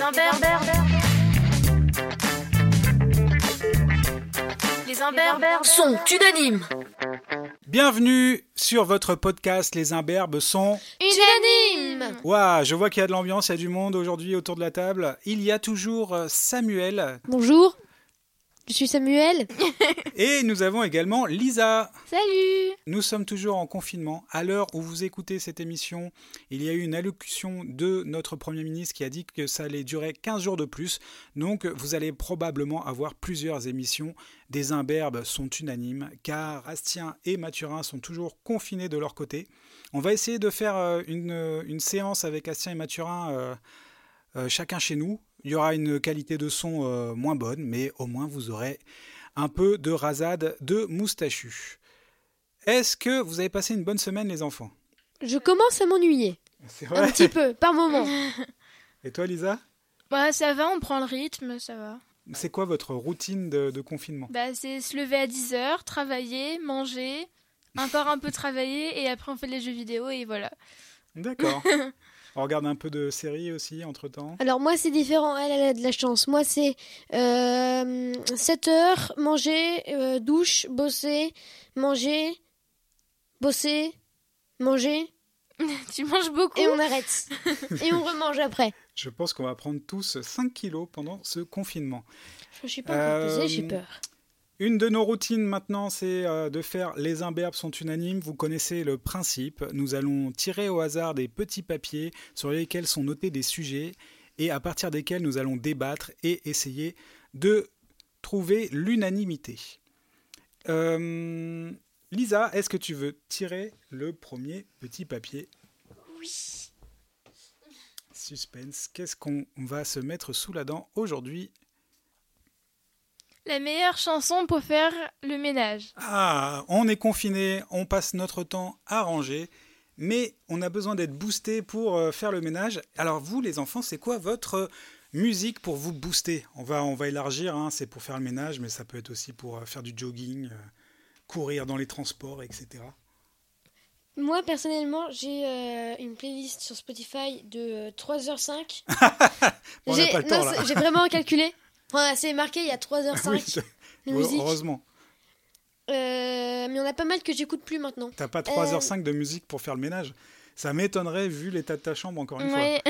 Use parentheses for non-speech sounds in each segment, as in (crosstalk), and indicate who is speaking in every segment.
Speaker 1: imbert, les imberbes
Speaker 2: Son, tu d'anime.
Speaker 3: Bienvenue sur votre podcast Les Imberbes sont...
Speaker 1: unanimes.
Speaker 3: Waouh, je vois qu'il y a de l'ambiance, il y a du monde aujourd'hui autour de la table. Il y a toujours euh, Samuel
Speaker 4: Bonjour, je suis Samuel.
Speaker 3: et nous avons également Lisa.
Speaker 1: Salut
Speaker 3: Nous sommes toujours en confinement. À l'heure où vous écoutez cette émission, il y a eu une allocution de notre Premier ministre qui a dit que ça allait durer 15 jours de plus. Donc vous allez probablement avoir plusieurs émissions. Des imberbes sont unanimes car Astien et Mathurin sont toujours confinés de leur côté. On va essayer de faire euh, une, euh, une séance avec Astien et Mathurin euh, euh, chacun chez nous. Il y aura une qualité de son euh, moins bonne, mais au moins vous aurez un peu de rasade de moustachu. Est-ce que vous avez passé une bonne semaine, les enfants
Speaker 4: Je commence à m'ennuyer,
Speaker 3: C'est
Speaker 4: un petit peu, par moment.
Speaker 3: Et toi, Lisa
Speaker 1: Bah ça va, on prend le rythme, ça va.
Speaker 3: C'est quoi votre routine de, de confinement
Speaker 1: Bah c'est se lever à 10h, travailler, manger, encore un peu travailler et après on fait les jeux vidéo et voilà. (laughs)
Speaker 3: D'accord. (laughs) On regarde un peu de séries aussi entre temps.
Speaker 4: Alors moi c'est différent, elle, elle a de la chance. Moi c'est 7 heures, manger, euh, douche, bosser, manger, bosser, manger,
Speaker 1: tu manges beaucoup.
Speaker 4: et on arrête. (laughs) et on remange après.
Speaker 3: Je pense qu'on va prendre tous 5 kilos pendant ce confinement.
Speaker 4: Je suis pas encore pesée,
Speaker 3: Euh,
Speaker 4: j'ai peur.
Speaker 3: Une de nos routines maintenant, c'est euh, de faire les imberbes sont unanimes. Vous connaissez le principe. Nous allons tirer au hasard des petits papiers sur lesquels sont notés des sujets et à partir desquels nous allons débattre et essayer de trouver l'unanimité. Euh, Lisa, est-ce que tu veux tirer le premier petit papier
Speaker 1: Oui.
Speaker 3: Suspense. Qu'est-ce qu'on va se mettre sous la dent aujourd'hui
Speaker 1: La meilleure chanson pour faire le ménage.
Speaker 3: Ah, on est confiné, on passe notre temps à ranger, mais on a besoin d'être boosté pour euh, faire le ménage. Alors vous, les enfants, c'est quoi votre euh, musique pour vous booster On va, on va élargir, hein, c'est pour faire le ménage, mais ça peut être aussi pour euh, faire du jogging, euh, courir dans les transports, etc. (laughs)
Speaker 4: Moi personnellement j'ai euh, une playlist sur Spotify de euh, 3h05.
Speaker 3: (laughs) Bon, on n'a pas le temps là. Ah
Speaker 4: j'ai
Speaker 3: (laughs)
Speaker 4: vraiment calculé. Enfin, c'est marqué il y a 3h05
Speaker 3: Oui, c'est-
Speaker 4: de
Speaker 3: Heure-
Speaker 4: musique.
Speaker 3: heureusement,
Speaker 4: Euh, mais on a pas mal que j'écoute
Speaker 1: (laughs)
Speaker 4: plus maintenant.
Speaker 3: t'as pas 3h05 de musique pour faire le ménage. Ça m'étonnerait vu l'état de ta chambre encore une fois.
Speaker 1: Ouais.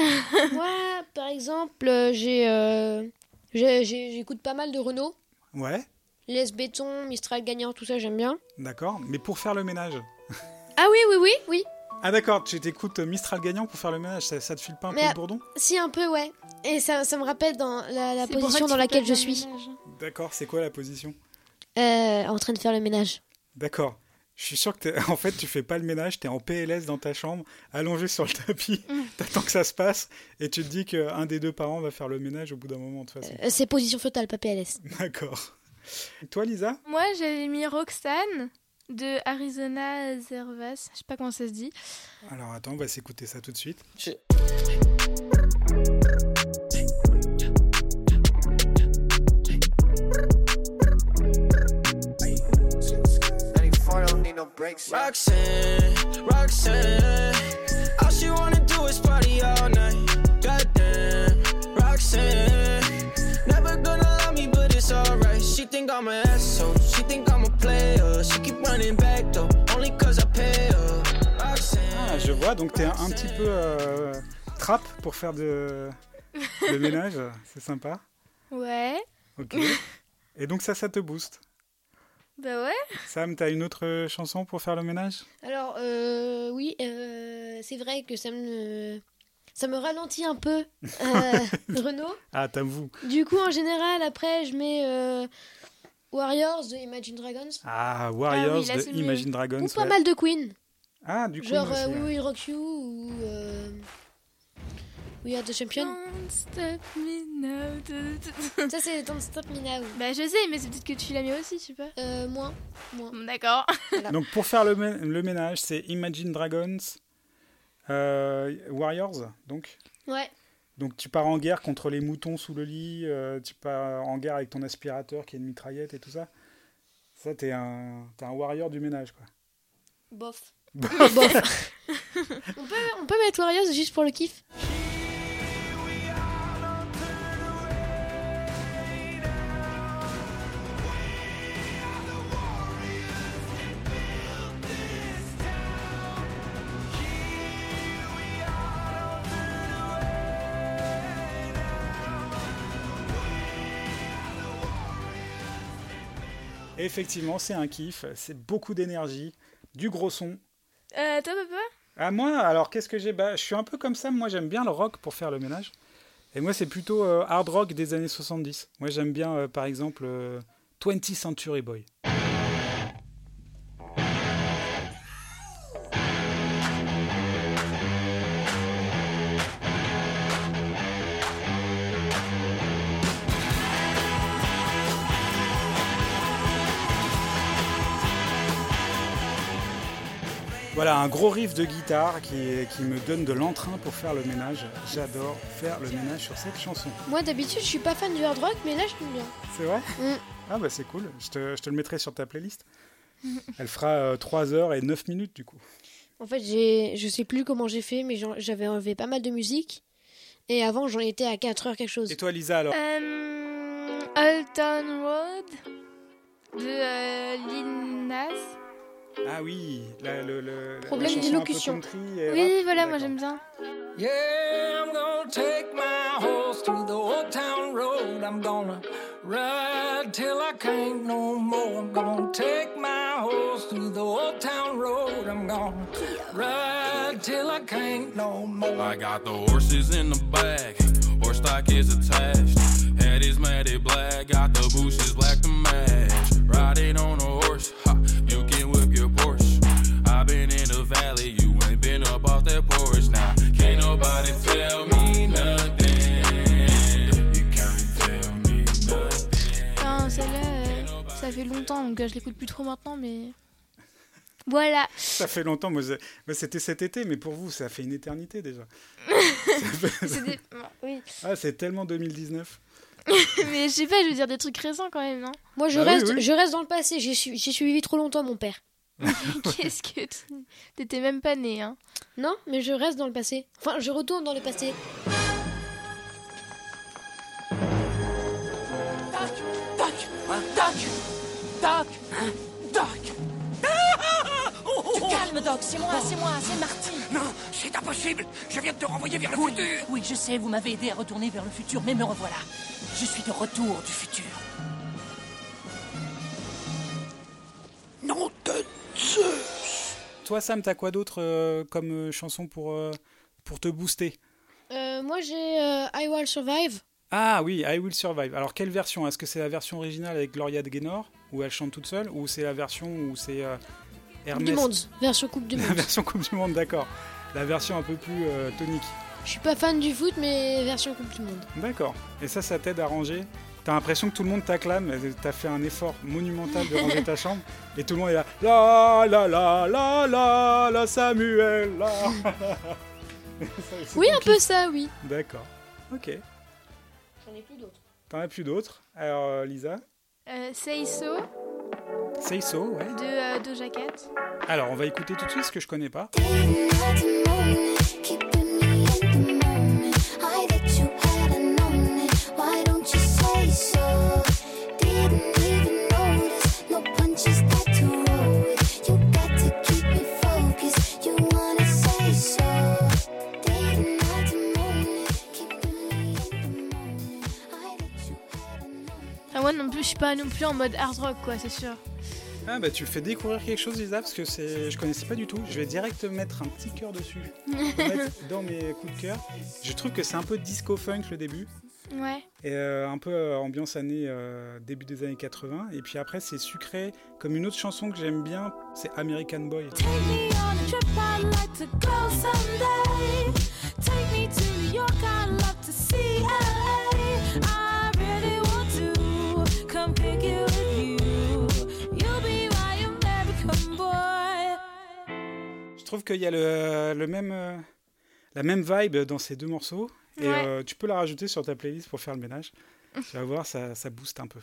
Speaker 4: Moi, par exemple, euh, j'ai, euh, j'ai- j'ai- j'écoute pas mal de Renault.
Speaker 3: Ouais,
Speaker 4: Les béton, Mistral gagnant, tout ça, j'aime bien.
Speaker 3: d'accord, mais pour faire le ménage.
Speaker 4: Ah oui, oui, oui, oui.
Speaker 3: Ah d'accord, tu t'écoutes euh, Mistral gagnant pour faire le ménage, ça, ça te file pas un
Speaker 4: Mais,
Speaker 3: peu
Speaker 4: euh,
Speaker 3: le bourdon
Speaker 4: Si, un peu, ouais. Et ça, ça me rappelle dans la, la
Speaker 1: C'est pour ça
Speaker 4: position
Speaker 1: que
Speaker 4: dans
Speaker 1: tu
Speaker 4: laquelle
Speaker 1: peux
Speaker 4: je
Speaker 1: faire le
Speaker 4: suis.
Speaker 1: ménage.
Speaker 3: D'accord, c'est quoi la position
Speaker 4: Euh, en train de faire le ménage.
Speaker 3: D'accord. Je suis sûr que t'es- (laughs) en fait tu fais pas le ménage, t'es en PLS dans ta chambre, allongé sur le
Speaker 1: (laughs)
Speaker 3: tapis,
Speaker 1: Mm.
Speaker 3: t'attends que ça se passe et tu te dis qu'un des deux parents va faire le ménage au bout d'un moment de toute façon.
Speaker 4: Euh, c'est position fœtale, pas PLS.
Speaker 3: (laughs) D'accord. Toi Lisa
Speaker 1: Moi, j'avais mis Roxane de Arizona Zervas. Je sais pas comment ça se dit.
Speaker 3: Alors attends, on va s'écouter ça tout de suite.
Speaker 5: Roxanne, Roxanne, all she wanna do is party all night. Goddamn, Roxanne, never gonna love me, but it's alright. She think I'm an asshole, she think I'm a player. She keep running back though, only cause I pay her. Roxanne.
Speaker 3: Ah, je vois, donc t'es un, un petit peu euh, trap pour faire de... le ménage,
Speaker 1: (laughs)
Speaker 3: c'est sympa.
Speaker 1: Ouais.
Speaker 3: Ok. Et donc ça, ça te booste.
Speaker 1: Bah ouais.
Speaker 3: Sam, t'as une autre chanson pour faire le ménage
Speaker 4: Alors, euh, oui, euh, c'est vrai que ça me, ça me ralentit un peu,
Speaker 1: (laughs)
Speaker 4: euh, Renault.
Speaker 3: Ah, t'avoues.
Speaker 4: Du coup, en général, après, je mets euh, Warriors de Imagine Dragons.
Speaker 3: Ah, Warriors
Speaker 1: Ah oui, là,
Speaker 3: de
Speaker 1: c'est mieux.
Speaker 3: Imagine Dragons.
Speaker 4: Ou pas
Speaker 3: ouais.
Speaker 4: mal de Queen.
Speaker 3: Ah, du coup,
Speaker 4: Genre
Speaker 3: aussi,
Speaker 4: euh,
Speaker 3: ouais.
Speaker 4: We Will Rock You ou euh, We Are the
Speaker 3: (laughs)
Speaker 4: Champion.
Speaker 1: Don't stop me now. (laughs)
Speaker 4: Ça, c'est Don't Stop Me Now.
Speaker 1: Bah je sais, mais c'est peut-être que tu l'as mis aussi, je sais pas.
Speaker 4: Euh, moins.
Speaker 1: Bon, D'accord.
Speaker 3: Donc pour faire le, mé- le ménage, c'est Imagine Dragons, euh, Warriors. Donc,
Speaker 4: Ouais.
Speaker 3: donc tu pars en guerre contre les moutons sous le lit, euh, tu pars en guerre avec ton aspirateur qui est une mitraillette et tout ça. Ça, t'es un, t'es un warrior du ménage, quoi.
Speaker 4: Bof. Ah, Bof. on, peut, on peut mettre Warriors juste pour le kiff.
Speaker 3: (laughs) Effectivement, c'est un kiff, c'est beaucoup d'énergie, du gros son.
Speaker 1: Euh, toi, papa
Speaker 3: Ah moi, alors qu'est-ce que j'ai bah, Je suis un peu comme ça, moi j'aime bien le rock pour faire le ménage. Et moi c'est plutôt euh, hard rock des années 70. Moi j'aime bien euh, par exemple euh, 20th Century Boy. Voilà un gros riff de guitare qui, qui me donne de l'entrain pour faire le ménage. J'adore faire le ménage sur cette chanson.
Speaker 4: Moi d'habitude je suis pas fan du hard rock mais là je l'aime bien.
Speaker 3: C'est vrai
Speaker 4: Mm.
Speaker 3: Ah bah c'est cool, je te, je te le mettrai sur ta playlist. Elle fera 3 heures et 9 minutes du coup.
Speaker 4: En fait j'ai je sais plus comment j'ai fait mais j'en- j'avais enlevé pas mal de musique et avant j'en étais à 4 heures quelque chose.
Speaker 3: Et toi Lisa alors
Speaker 1: Euh, Old Town Road de euh, Lil Nas.
Speaker 3: Ah oui, la, le, le- la
Speaker 4: Problème
Speaker 3: chanson un peu
Speaker 4: d'élocution.
Speaker 3: country et
Speaker 1: Oui,
Speaker 3: rap.
Speaker 1: voilà, moi
Speaker 3: D'accord.
Speaker 1: j'aime bien.
Speaker 5: Yeah, I'm gonna take my horse through the old town road. I'm gonna ride till I can't no more. I'm gonna take my horse through the old town road. I'm gonna ride till I can't no more.
Speaker 2: I got the horses in the back, horse stock is attached. Head is matted black, got the bushes black to match. Riding on a horse, ha, you can whip your Porsche. i been in the valley, you ain't been up off that porch. Now, can't nobody tell me nothing. You can't tell me nothing.
Speaker 1: Enfin, celle-là, euh, ça fait longtemps donc euh, je l'écoute plus trop maintenant, mais. Voilà.
Speaker 3: (laughs) Ça fait longtemps, moi, j'ai- moi, c'était cet été, mais pour vous ça fait une éternité déjà.
Speaker 4: (laughs)
Speaker 1: C'est des- Bon, Oui.
Speaker 3: Ah c'est tellement 2019.
Speaker 1: Mais je sais pas, je veux dire des trucs récents quand même, hein. non
Speaker 4: Moi je
Speaker 3: Bah oui,
Speaker 4: reste
Speaker 3: oui.
Speaker 4: je reste dans le passé, j'ai su- j'ai suivi trop longtemps mon père.
Speaker 1: (laughs) Qu'est-ce que. tu- T'étais même pas né, hein.
Speaker 4: Non, mais je reste dans le passé. Enfin, je retourne dans le passé.
Speaker 6: Calme, Doc, c'est moi, c'est moi, c'est Marty.
Speaker 7: Non, c'est impossible Je viens de te renvoyer vers le futur
Speaker 6: Oui, je sais, vous m'avez aidé à retourner vers le futur, mais me revoilà. Je suis de retour du futur.
Speaker 7: Non, de
Speaker 3: Toi Sam, t'as quoi d'autre euh, comme euh, chanson pour, euh, pour te booster
Speaker 4: Euh, moi j'ai euh, I Will Survive.
Speaker 3: Ah oui, I Will Survive. Alors quelle version Est-ce que c'est la version originale avec Gloria de Gaynor où elle chante toute seule ou c'est la version où c'est euh,
Speaker 4: Coupe
Speaker 3: Hermès
Speaker 4: du monde, version Coupe du
Speaker 3: (laughs) La
Speaker 4: monde.
Speaker 3: version Coupe du Monde, d'accord. La version un peu plus euh, tonique.
Speaker 4: Je suis pas fan du foot, mais version Coupe du monde.
Speaker 3: D'accord. Et ça, ça t'aide à ranger T'as l'impression que tout le monde t'acclame, euh, t'as fait un effort monumental de ranger ta chambre, et tout le monde est là. La la la la la la Samuel la.
Speaker 4: Oui, un peu ça, oui.
Speaker 3: D'accord. Ok.
Speaker 4: J'en ai plus d'autres.
Speaker 3: T'en as plus d'autres Alors, euh, Lisa
Speaker 1: Euh, Say So
Speaker 3: Say so, ouais.
Speaker 1: de euh, Doja Cat.
Speaker 3: Alors, on va écouter tout de suite ce que je connais pas.
Speaker 1: Enfin, moi Ah non plus, je suis pas non plus en mode hard rock, quoi, c'est sûr.
Speaker 3: Ah, bah, tu fais découvrir quelque chose, Lisa, parce que c'est... je connaissais pas du tout. Je vais direct mettre un petit cœur dessus. mettre dans mes coups de cœur. Je trouve que c'est un peu disco-funk le début.
Speaker 1: Ouais.
Speaker 3: Et euh, un peu euh, ambiance année euh, début des années 80. Et puis après, c'est sucré. Comme une autre chanson que j'aime bien, c'est American Boy. Je trouve qu'il y a le, le même, euh, la même vibe dans ces deux morceaux. Et
Speaker 1: Ouais.
Speaker 3: euh, tu peux la rajouter sur ta playlist pour faire le ménage. tu vas voir, ça, ça booste un peu.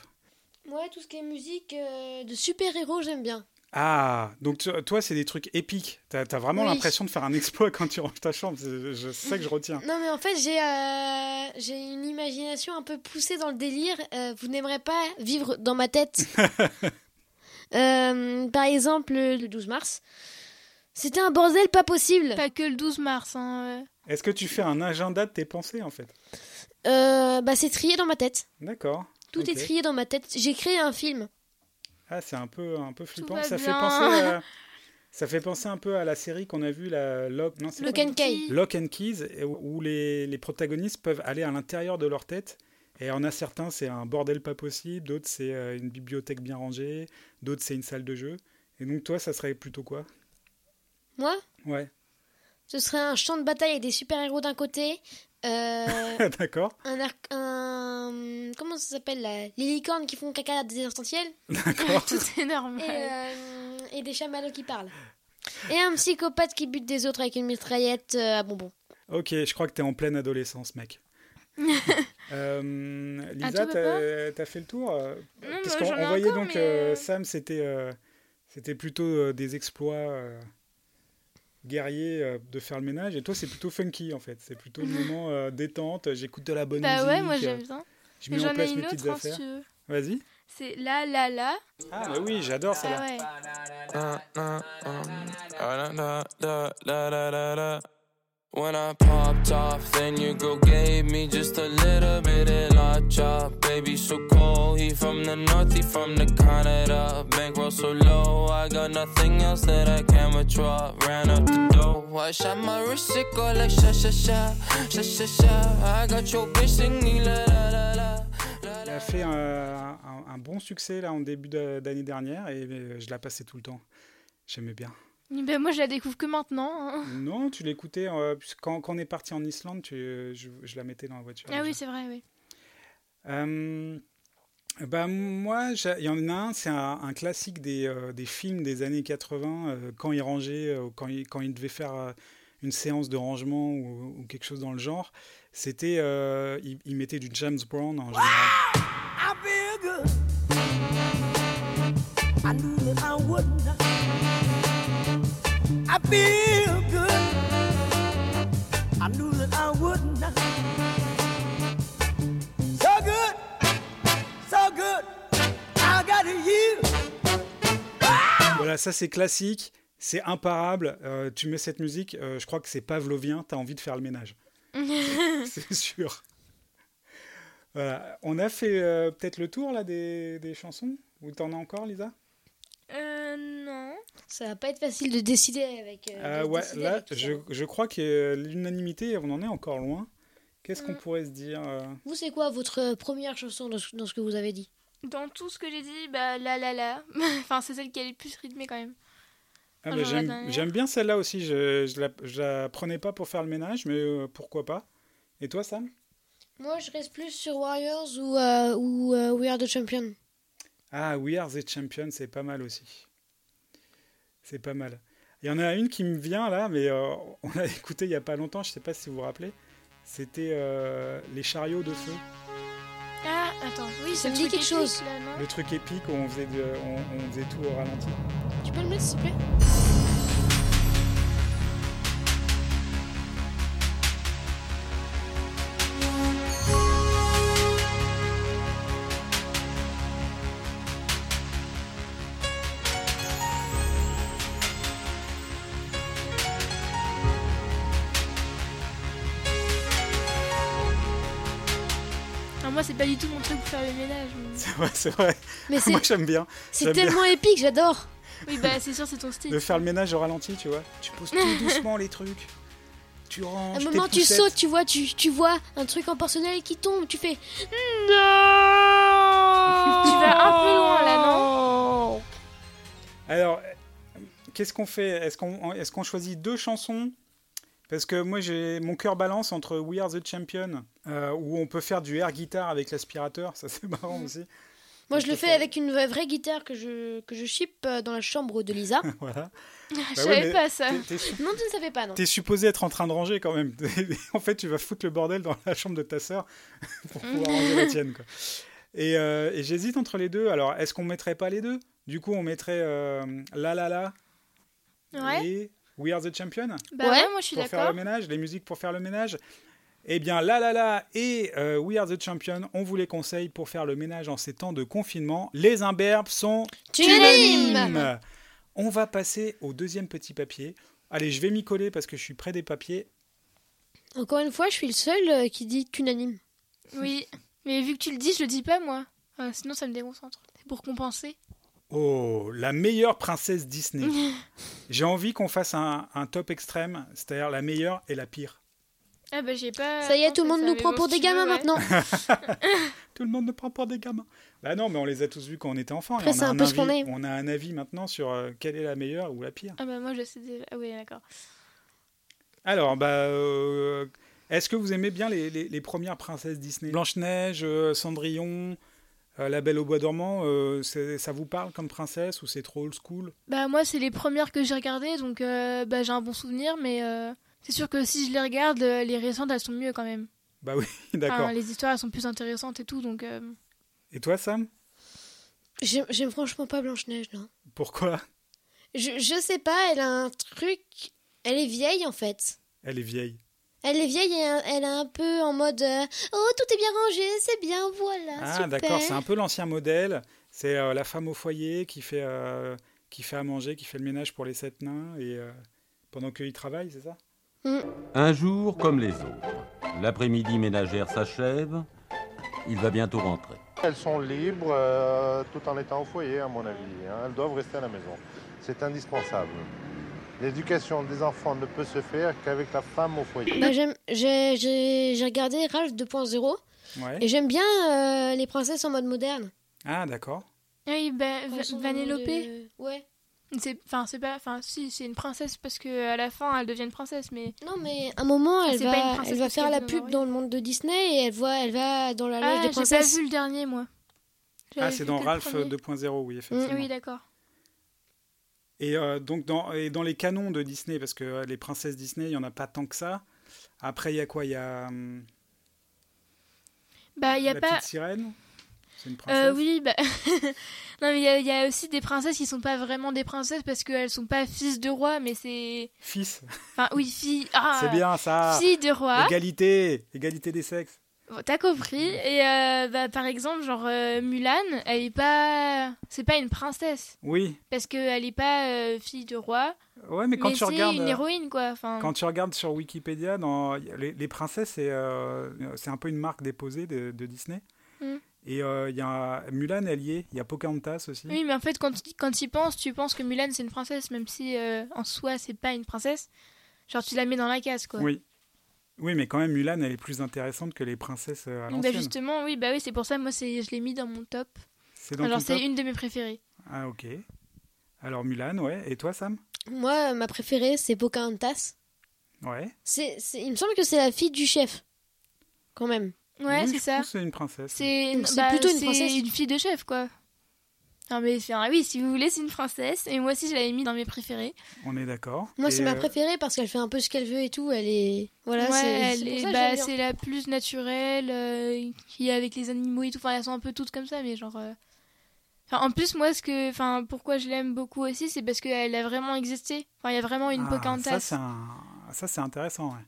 Speaker 4: Moi, tout ce qui est musique euh, de super-héros, j'aime bien.
Speaker 3: Ah, donc tu- toi, c'est des trucs épiques. T'as as vraiment
Speaker 4: Oui.
Speaker 3: l'impression de faire un exploit quand tu ranges ta chambre. C'est je sais que je retiens.
Speaker 4: Non, mais en fait, j'ai euh, j'ai une imagination un peu poussée dans le délire. Euh, vous n'aimerez pas vivre dans ma
Speaker 3: (laughs)
Speaker 4: tête. Euh, par exemple, le 12 mars. C'était un bordel pas possible.
Speaker 1: Pas que le 12 mars, hein. euh.
Speaker 3: Est-ce que tu fais un agenda de tes pensées, en fait
Speaker 4: Euh, bah, c'est trié dans ma tête.
Speaker 3: D'accord.
Speaker 4: Tout est
Speaker 3: Ok.
Speaker 4: trié dans ma tête. J'ai créé un film.
Speaker 3: Ah, c'est un peu, un peu flippant.
Speaker 1: va
Speaker 3: Ça fait,
Speaker 1: bien. (laughs)
Speaker 3: penser à- ça fait penser un peu à la série qu'on a vue, la Lock, non, c'est
Speaker 4: Le
Speaker 3: quoi
Speaker 4: Ken Kei.
Speaker 3: Lock and Keys, et où où les, les protagonistes peuvent aller à l'intérieur de leur tête. Et on a certains, c'est un bordel pas possible. D'autres, c'est euh, une bibliothèque bien rangée. D'autres, c'est une salle de jeu. Et donc, toi, ça serait plutôt quoi
Speaker 4: Moi,
Speaker 3: Ouais, (laughs)
Speaker 4: ce serait un champ de bataille avec des super-héros d'un côté,
Speaker 3: (laughs)
Speaker 4: euh,
Speaker 3: d'accord.
Speaker 4: un, arc- un- Comment ça s'appelle là Les licornes qui font caca à des essentiels
Speaker 1: Tout est
Speaker 4: et,
Speaker 1: normal.
Speaker 4: euh, et des chamallows qui parlent. Et un psychopathe qui bute des autres avec une mitraillette euh, à bonbons.
Speaker 3: Ok, je crois que t'es en pleine
Speaker 1: (laughs)
Speaker 3: adolescence, mec. Euh,
Speaker 1: Ah,
Speaker 3: Lisa,
Speaker 1: toi,
Speaker 3: t'as t'as fait le tour euh,
Speaker 1: Non,
Speaker 3: Parce
Speaker 1: bah,
Speaker 3: qu'on
Speaker 1: j'en ai
Speaker 3: on voyait
Speaker 1: encore,
Speaker 3: donc
Speaker 1: mais,
Speaker 3: euh,
Speaker 1: euh,
Speaker 3: Sam, c'était euh, c'était plutôt euh, des exploits euh, guerriers euh, de faire le ménage. Et toi, c'est plutôt funky en fait. C'est plutôt le moment euh, détente. J'écoute de la bonne
Speaker 1: Bah
Speaker 3: musique.
Speaker 1: ouais, moi
Speaker 3: euh,
Speaker 1: j'aime bien.
Speaker 3: Je
Speaker 1: Mais
Speaker 3: mets en
Speaker 1: j'en ai
Speaker 3: place
Speaker 1: une
Speaker 3: mes petites
Speaker 1: autre, hein, si
Speaker 3: affaires.
Speaker 1: tu veux.
Speaker 3: Vas-y.
Speaker 1: C'est là, là, là.
Speaker 3: Ah, mais oui, j'adore
Speaker 1: Ah
Speaker 3: ça.
Speaker 1: ouais.
Speaker 2: na, na, um, ah, na, na, da, da, da, da, da. When I popped off, then your girl gave me just a little bit of la chop. Baby, so cold, he from the north, he from the Canada. Bankroll so low, I got nothing else that I can withdraw. Ran up the dough, I shot my wrist, it go like sha sha sha, sha sha sha. I got your bitch singing la la la la. la,
Speaker 3: Elle
Speaker 2: la.
Speaker 3: a fait un, un- un bon succès là en début de- d'année dernière et euh, je la passais tout le temps. J'aimais bien.
Speaker 1: Ben moi je la découvre que maintenant. hein.
Speaker 3: Non, tu l'écoutais euh, puisque quand, quand on est parti en Islande, tu, euh, je, je la mettais dans la voiture.
Speaker 1: Ah
Speaker 3: déjà.
Speaker 1: oui, c'est vrai, oui.
Speaker 3: Euh, bah, moi, j'a- il y en a un, c'est un, un classique des, euh, des films des années 80, euh, quand ils rangeaient, euh, quand ils quand ils devaient faire euh, une séance de rangement ou, ou quelque chose dans le genre. C'était, euh, ils ils mettaient du James Brown en général.
Speaker 6: I beg. I knew that I would not. I feel good. I knew that I would not. So good, so good. I got you.
Speaker 3: Voilà, ça c'est classique, c'est imparable. Euh, tu mets cette musique, euh, je crois que c'est pavlovien, t'as envie de faire le ménage. c'est sûr. Voilà. On a fait euh, peut-être le tour là des, des chansons Ou t'en as encore, Lisa
Speaker 1: Euh, non.
Speaker 4: Ça va pas être facile de décider avec. euh,
Speaker 3: Euh,
Speaker 4: de se
Speaker 3: Ouais,
Speaker 4: décider
Speaker 3: là
Speaker 4: avec tout ça.
Speaker 3: je, je crois que euh, l'unanimité, on en est encore loin. Qu'est-ce qu'on pourrait se dire euh
Speaker 4: Vous, c'est quoi votre euh, première chanson dans ce, dans ce que vous avez dit
Speaker 1: Dans tout ce que j'ai dit, bah là, là, là. (laughs) enfin, c'est celle qui est le plus rythmée quand même.
Speaker 3: Ah,
Speaker 1: Ah,
Speaker 3: mais
Speaker 1: j'en ai la
Speaker 3: J'aime
Speaker 1: dernière.
Speaker 3: j'aime bien celle-là aussi, je, je, la, je la prenais pas pour faire le ménage, mais euh, pourquoi pas Et toi, Sam
Speaker 4: Moi, je reste plus sur Warriors ou, euh, ou euh, We Are the Champion.
Speaker 3: Ah, We Are the Champions, c'est pas mal aussi. C'est pas mal. Il y en a une qui me vient là, mais euh, on l'a (laughs) écoutée il y a pas longtemps, je sais pas si vous vous rappelez. C'était euh, Les chariots de feu,
Speaker 1: Ah, attends, oui,
Speaker 4: Ça
Speaker 1: c'est
Speaker 4: me dit
Speaker 1: truc
Speaker 4: quelque
Speaker 1: épique,
Speaker 4: chose.
Speaker 1: là, non
Speaker 3: le truc épique où on faisait, de- on- on faisait tout au ralenti. (laughs)
Speaker 4: Tu peux le mettre, s'il te plaît
Speaker 1: Ah, moi, c'est pas du tout mon truc pour faire le ménage. mais-
Speaker 3: Ouais, c'est vrai,
Speaker 4: Mais c'est-
Speaker 3: Ah, moi j'aime bien
Speaker 4: c'est
Speaker 3: j'aime bien.
Speaker 4: tellement épique, j'adore
Speaker 1: Oui, bah c'est sûr, c'est ton style.
Speaker 3: de faire le ménage au ralenti, tu vois. Tu
Speaker 4: (laughs)
Speaker 3: poses tout doucement les trucs, tu
Speaker 4: À
Speaker 3: ranges.
Speaker 4: un
Speaker 3: tes
Speaker 4: moment, tu
Speaker 3: poussettes.
Speaker 4: sautes, tu vois, tu, tu vois un truc en porcelaine qui tombe, tu fais.
Speaker 1: Tu vas un peu loin là, non
Speaker 3: Alors, euh, qu'est-ce qu'on fait Est-ce qu'on est-ce qu'on choisit deux chansons Parce que moi, j'ai mon cœur balance entre We Are the Champion, euh, où on peut faire du air guitare avec l'aspirateur, ça c'est marrant aussi.
Speaker 4: Moi,
Speaker 3: Je
Speaker 4: je le
Speaker 3: préfère.
Speaker 4: fais avec une vraie, vraie guitare que je, que je chip euh, dans la chambre de
Speaker 3: (laughs)
Speaker 4: Lisa.
Speaker 1: Ah,
Speaker 3: voilà.
Speaker 1: Je
Speaker 3: ouais,
Speaker 1: savais
Speaker 3: mais
Speaker 1: pas
Speaker 4: Euh.
Speaker 1: ça.
Speaker 3: T'es- T'es su-
Speaker 4: non, tu ne savais pas, non.
Speaker 3: t'es supposé être en train de ranger quand même. (laughs) en fait, tu vas foutre le bordel dans la chambre de ta sœur (laughs) pour pouvoir ranger la tienne. quoi. Et, euh, et j'hésite entre les deux. Alors, est-ce qu'on mettrait pas les deux Du coup, on mettrait euh, La La La
Speaker 1: Ouais,
Speaker 3: et We Are the Champion
Speaker 1: bah ouais, moi je suis
Speaker 3: pour faire
Speaker 1: d'accord.
Speaker 3: le ménage, les musiques pour faire le ménage. Eh bien, La La La et euh, We Are the Champion, on vous les conseille pour faire le ménage en ces temps de confinement. Les imberbes sont
Speaker 1: Ah.
Speaker 4: Unanime
Speaker 3: unanimes. On va passer au deuxième petit papier. Allez, je vais m'y coller parce que je suis près des papiers.
Speaker 4: Encore une fois, je suis le seul euh, qui dit unanime.
Speaker 1: Oui, mais vu que tu le dis, je le dis pas moi. Euh, sinon, ça me déconcentre. C'est pour compenser.
Speaker 3: Oh, la meilleure princesse Disney.
Speaker 1: (laughs)
Speaker 3: J'ai envie qu'on fasse un, un top extrême, c'est-à-dire la meilleure et la pire.
Speaker 1: Ah bah j'ai pas.
Speaker 4: Ça y est, tout le
Speaker 1: pensé
Speaker 4: monde
Speaker 1: ça,
Speaker 4: nous
Speaker 1: mais
Speaker 4: prend
Speaker 1: bon,
Speaker 4: pour
Speaker 1: si
Speaker 4: des
Speaker 1: tu veux,
Speaker 4: gamins
Speaker 1: ouais.
Speaker 4: maintenant.
Speaker 3: Tout le monde ne prend pour des gamins. Bah non, mais on les a tous vus quand on était enfants. et
Speaker 4: Après,
Speaker 3: on a
Speaker 4: c'est un peu ce qu'on
Speaker 3: avis-
Speaker 4: est.
Speaker 3: On a un avis maintenant sur euh, quelle est la meilleure ou la pire.
Speaker 1: Ah bah moi je sais déjà. Ah oui, d'accord.
Speaker 3: Alors, bah, euh, est-ce que vous aimez bien les, les- les premières princesses Disney Blanche-Neige, euh, Cendrillon, euh, La Belle au Bois dormant, euh, c'est- ça vous parle comme princesse ou c'est trop old school (laughs)
Speaker 1: Bah moi c'est les premières que j'ai regardées donc euh, bah j'ai un bon souvenir mais euh, c'est sûr que si je les regarde euh, les récentes elles sont mieux quand même.
Speaker 3: Bah oui, d'accord.
Speaker 1: Enfin, les histoires elles sont plus intéressantes et tout donc euh,
Speaker 3: Et toi, Sam
Speaker 4: J'aime j'aime franchement pas Blanche-Neige, là.
Speaker 3: Pourquoi
Speaker 4: Je, je sais pas, elle a un truc. Elle est vieille en fait.
Speaker 3: Elle est vieille.
Speaker 4: Elle est vieille et elle est un peu en mode euh, Oh, tout est bien rangé, c'est bien, voilà.
Speaker 3: Ah,
Speaker 4: super.
Speaker 3: d'accord, c'est un peu l'ancien modèle. C'est euh, la femme au foyer qui fait, euh, qui fait à manger, qui fait le ménage pour les sept nains et euh, pendant qu'ils travaillent, c'est ça
Speaker 8: Un jour comme les autres. L'après-midi ménagère s'achève. Il va bientôt rentrer.
Speaker 9: Bah, Elles sont libres euh, tout en étant au foyer, à mon avis. hein. Elles doivent rester à la maison. C'est indispensable. L'éducation des enfants ne peut se faire qu'avec la femme au foyer.
Speaker 4: Bah, j'aime- J'ai j'ai- j'ai regardé Ralph 2.0
Speaker 3: Ouais.
Speaker 4: et j'aime bien euh, les princesses en mode moderne.
Speaker 3: Ah, d'accord.
Speaker 1: oui bah,
Speaker 4: Quand
Speaker 1: Va-
Speaker 4: elles sont
Speaker 1: Vanellope
Speaker 4: de- Ouais.
Speaker 1: c'est enfin c'est pas enfin si c'est une princesse parce que euh, à la fin elle devient une princesse mais
Speaker 4: Non, mais à un moment, elle
Speaker 1: C'est pas une
Speaker 4: va,
Speaker 1: princesse
Speaker 4: elle va
Speaker 1: parce
Speaker 4: faire
Speaker 1: qu'elle
Speaker 4: la
Speaker 1: veut
Speaker 4: pub
Speaker 1: avoir
Speaker 4: dans le monde de Disney et elle, voit, elle va dans la loge
Speaker 1: ah
Speaker 4: des
Speaker 1: j'ai pas
Speaker 4: princesses.
Speaker 1: vu le dernier moi.
Speaker 3: Ah,
Speaker 1: J'avais
Speaker 3: c'est
Speaker 1: vu
Speaker 3: dans
Speaker 1: que le
Speaker 3: Ralph euh,
Speaker 1: premier. Mm,
Speaker 3: 2.0, oui, effectivement.
Speaker 1: Oui d'accord.
Speaker 3: Et euh, donc dans, et dans les canons de Disney, parce que euh, les princesses Disney, il n'y en a pas tant que ça. Après, il y a quoi Il y a hum,
Speaker 1: Bah il y a
Speaker 3: la
Speaker 1: pas
Speaker 3: petite sirène C'est une princesse
Speaker 1: Euh, oui, bah... (laughs) non, mais il y a- il y, a aussi des princesses qui sont pas vraiment des princesses parce qu'elles sont pas fils de roi, mais c'est.
Speaker 3: Fils,
Speaker 1: Enfin, oui, fille. Ah,
Speaker 3: c'est bien ça
Speaker 1: Fille de roi.
Speaker 3: Égalité Égalité des sexes
Speaker 1: Bon, T'as compris. Et euh, bah, par exemple, genre euh, Mulan, elle est pas. C'est pas une princesse
Speaker 3: Oui.
Speaker 1: parce qu'elle est pas euh, fille de roi.
Speaker 3: Ouais, mais quand
Speaker 1: mais
Speaker 3: tu
Speaker 1: c'est
Speaker 3: regardes... euh,
Speaker 1: une hein. héroïne, quoi. Enfin,
Speaker 3: Quand tu regardes sur Wikipédia, dans, les, les princesses, c'est euh, c'est un peu une marque déposée de, de Disney.
Speaker 1: Mm.
Speaker 3: Et euh, il y a Mulan, elle y est. Il y a Pocahontas aussi.
Speaker 1: Oui, mais en fait, quand, tu- quand tu y penses, tu penses que Mulan c'est une princesse, même si euh, en soi c'est pas une princesse. Genre, tu la mets dans la case, quoi.
Speaker 3: oui. Oui, mais quand même, Mulan, elle est plus intéressante que les princesses euh, à
Speaker 1: Bah,
Speaker 3: l'ancienne.
Speaker 1: justement, oui, bah oui, c'est pour ça, moi, c'est- je l'ai mis dans mon top.
Speaker 3: C'est dans
Speaker 1: Alors
Speaker 3: ton
Speaker 1: c'est
Speaker 3: top
Speaker 1: une de mes préférées.
Speaker 3: Ah, ok. Alors, Mulan, ouais. Et toi, Sam
Speaker 4: Moi, ma préférée, c'est Pocahontas.
Speaker 3: Ouais.
Speaker 4: C'est, c'est- il me semble que c'est la fille du chef, quand même.
Speaker 1: Ouais,
Speaker 3: Oui,
Speaker 1: c'est
Speaker 3: je
Speaker 1: ça.
Speaker 3: trouve que C'est une princesse.
Speaker 1: C'est
Speaker 4: Donc, c'est
Speaker 1: bah,
Speaker 4: plutôt une
Speaker 1: c'est
Speaker 4: princesse.
Speaker 1: une fille de chef quoi. Non mais enfin, oui, si vous voulez, c'est une princesse et moi aussi je l'avais mis dans mes préférées.
Speaker 3: On est d'accord.
Speaker 4: Moi,
Speaker 3: Et,
Speaker 4: c'est ma
Speaker 3: euh,
Speaker 4: préférée parce qu'elle fait un peu ce qu'elle veut et tout. Elle est, voilà,
Speaker 1: Ouais,
Speaker 4: c'est,
Speaker 1: elle
Speaker 4: c'est pour
Speaker 1: est-
Speaker 4: ça que
Speaker 1: bah,
Speaker 4: j'aime bien.
Speaker 1: c'est la plus naturelle euh, qui est avec les animaux et tout. Enfin, elles sont un peu toutes comme ça mais genre euh, enfin, en plus moi ce que enfin pourquoi je l'aime beaucoup aussi, c'est parce qu'elle a vraiment existé. Enfin, il y a vraiment une
Speaker 3: ah, Ça,
Speaker 1: Pocahontas.
Speaker 3: c'est un- ça, c'est intéressant. ouais.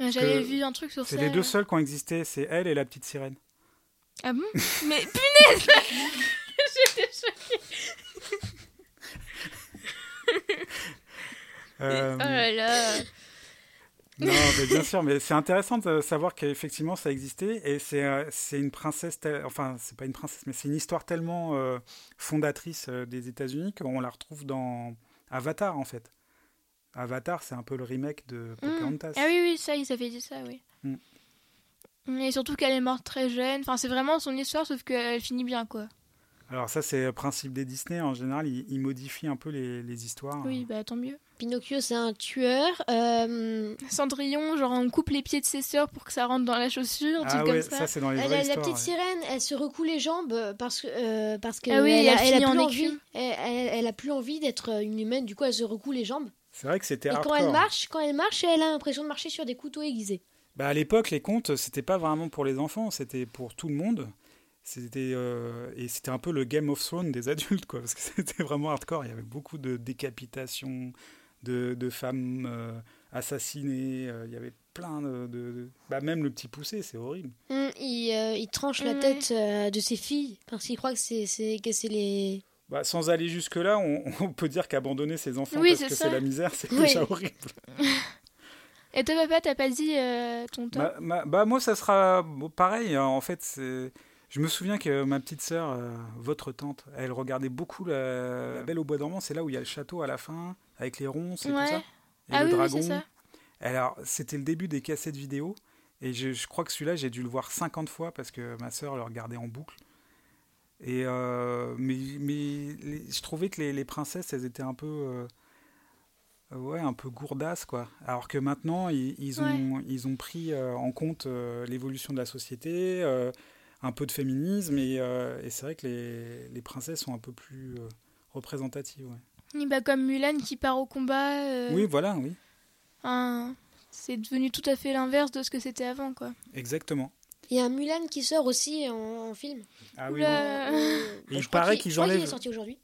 Speaker 1: Ouais, J'avais
Speaker 3: que
Speaker 1: vu un truc sur ça.
Speaker 3: C'est les deux
Speaker 1: ouais.
Speaker 3: seuls qui ont existé. C'est elle et la petite sirène.
Speaker 1: Ah bon Mais punaise (laughs) J'étais choquée.
Speaker 3: Euh,
Speaker 1: Oh là là.
Speaker 3: Non, mais bien sûr, mais c'est intéressant de savoir qu'effectivement ça existait et c'est euh, c'est une princesse, tel- enfin c'est pas une princesse, mais c'est une histoire tellement euh, fondatrice euh, des États-Unis qu'on la retrouve dans Avatar en fait. Avatar, c'est un peu le remake de
Speaker 1: Mm.
Speaker 3: Pocahontas.
Speaker 1: Ah oui, oui, ça, ils avaient dit ça, oui.
Speaker 3: Mm.
Speaker 1: Et surtout qu'elle est morte très jeune. Enfin, c'est vraiment son histoire, sauf qu'elle finit bien, quoi.
Speaker 3: Alors ça, c'est le principe des Disney en général, ils, ils modifient un peu les, les histoires.
Speaker 1: Oui, bah tant mieux.
Speaker 4: Pinocchio, c'est un tueur. euh,
Speaker 1: Cendrillon, genre, on coupe les pieds de ses sœurs pour que ça rentre dans la chaussure, un
Speaker 3: Ah
Speaker 1: truc
Speaker 3: ouais,
Speaker 1: comme ça.
Speaker 3: ça c'est dans les
Speaker 4: elle,
Speaker 3: vraies
Speaker 4: elle- la
Speaker 3: histoires.
Speaker 4: petite
Speaker 3: ouais.
Speaker 4: sirène, elle se recoue les jambes parce que euh, parce que
Speaker 1: Ah oui,
Speaker 4: elle,
Speaker 1: elle
Speaker 4: a, elle a
Speaker 1: finit
Speaker 4: plus
Speaker 1: en
Speaker 4: envie.
Speaker 1: écume.
Speaker 4: Elle, elle- elle a plus envie d'être euh, une humaine. Du coup, elle se recoue les jambes.
Speaker 3: C'est vrai que c'était
Speaker 4: Et
Speaker 3: hardcore.
Speaker 4: quand elle marche, quand elle marche, elle a l'impression de marcher sur des couteaux aiguisés.
Speaker 3: Bah, à l'époque, les contes, c'était pas vraiment pour les enfants, c'était pour tout le monde. C'était euh, et c'était un peu le Game of Thrones des adultes, quoi, parce que (laughs) c'était vraiment hardcore. Il y avait beaucoup de décapitations, de, de femmes euh, assassinées. euh, il y avait plein de, de- de- bah, même le petit poussé, c'est horrible.
Speaker 4: Hum, il, euh, il tranche la
Speaker 1: Ouais.
Speaker 4: tête euh, de ses filles parce qu'il croit que c'est, c'est- que c'est les
Speaker 3: Bah, sans aller jusque là, on, (laughs) on peut dire qu'abandonner ses enfants
Speaker 1: Oui, c'est
Speaker 3: parce que
Speaker 1: ça.
Speaker 3: c'est la misère, c'est
Speaker 4: Oui.
Speaker 3: déjà horrible.
Speaker 1: Et toi, papa, t'as pas dit euh, ton top
Speaker 3: Bah, ma- bah, moi, ça sera bon, pareil. hein. En fait, c'est- Je me souviens que ma petite sœur, euh, votre tante, elle regardait beaucoup la, la Belle au bois dormant. C'est là où il y a le château à la fin, avec les ronces et
Speaker 1: Ouais.
Speaker 3: tout ça. Et
Speaker 1: Ah
Speaker 3: le
Speaker 1: oui, oui,
Speaker 3: dragon.
Speaker 1: c'est ça.
Speaker 3: Alors, c'était le début des cassettes vidéo. Et je, je crois que celui-là, j'ai dû le voir 50 fois parce que ma sœur le regardait en boucle. Et euh, mais, mais les- je trouvais que les, les princesses, elles étaient un peu, euh, ouais, un peu gourdasses quoi. Alors que maintenant, ils, ils ont, ils ont pris euh, en compte euh, l'évolution de la société, euh, un peu de féminisme, et, euh, et c'est vrai que les, les princesses sont un peu plus euh, représentatives. ouais.
Speaker 1: Oui, bah, comme Mulan qui part au combat. euh,
Speaker 3: Oui, voilà, oui,
Speaker 1: un- C'est devenu tout à fait l'inverse de ce que c'était avant, quoi.
Speaker 3: exactement.
Speaker 4: Il y a un Mulan qui sort aussi en, en film.
Speaker 3: Ah
Speaker 1: Oula, euh,
Speaker 3: Il
Speaker 4: je crois
Speaker 3: paraît
Speaker 4: qu'il-
Speaker 3: qu'ils
Speaker 4: je crois qu'il
Speaker 3: enlèvent-
Speaker 4: est sorti aujourd'hui.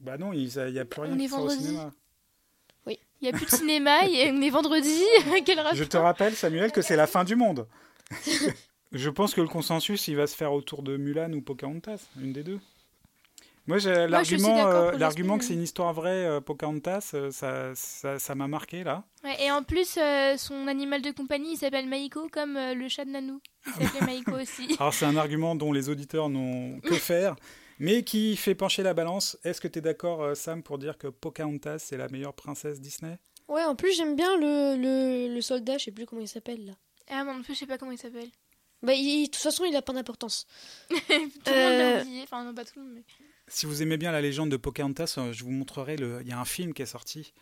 Speaker 3: Bah non, il n'y a plus rien
Speaker 1: On
Speaker 3: qui
Speaker 1: est
Speaker 3: sort au
Speaker 1: vendredi.
Speaker 3: cinéma.
Speaker 1: Il n'y a plus de cinéma, il y a- on est
Speaker 3: (laughs)
Speaker 1: vendredi. Quel rapport
Speaker 3: Je te rappelle, Samuel, que c'est la fin
Speaker 1: (laughs)
Speaker 3: du monde. Je pense que le consensus, il va se faire autour de Mulan ou Pocahontas, une des deux. Moi, j'ai-
Speaker 1: Moi, je suis aussi
Speaker 3: l'argument
Speaker 1: d'accord
Speaker 3: euh,
Speaker 1: pour
Speaker 3: l'argument
Speaker 1: l'aspect,
Speaker 3: que c'est une histoire vraie, euh, Pocahontas, euh, ça ça- ça m'a marqué, là.
Speaker 1: Ouais, et en plus, euh, son animal de compagnie, il s'appelle Maiko, comme euh, le chat de Nanou.
Speaker 3: Ah
Speaker 1: Il
Speaker 3: bah.
Speaker 1: s'appelait Maiko
Speaker 3: (laughs)
Speaker 1: aussi.
Speaker 3: Alors, c'est un argument dont les auditeurs n'ont
Speaker 1: (laughs)
Speaker 3: que faire, mais qui fait pencher la balance. Est-ce que tu es d'accord, euh, Sam, pour dire que Pocahontas, c'est la meilleure princesse Disney
Speaker 4: Ouais, en plus j'aime bien le, le, le soldat, je sais plus comment il s'appelle là.
Speaker 1: Ah, mon Dieu, je sais pas comment il s'appelle. (laughs)
Speaker 4: Bah, il- de toute façon, il a pas d'importance.
Speaker 1: Tout le monde l'a
Speaker 4: Euh,
Speaker 1: oublié. Enfin, non, pas tout le monde, mais.
Speaker 3: Si vous aimez bien la légende de Pocahontas, euh, je vous montrerai. Le... Il y a un film qui est sorti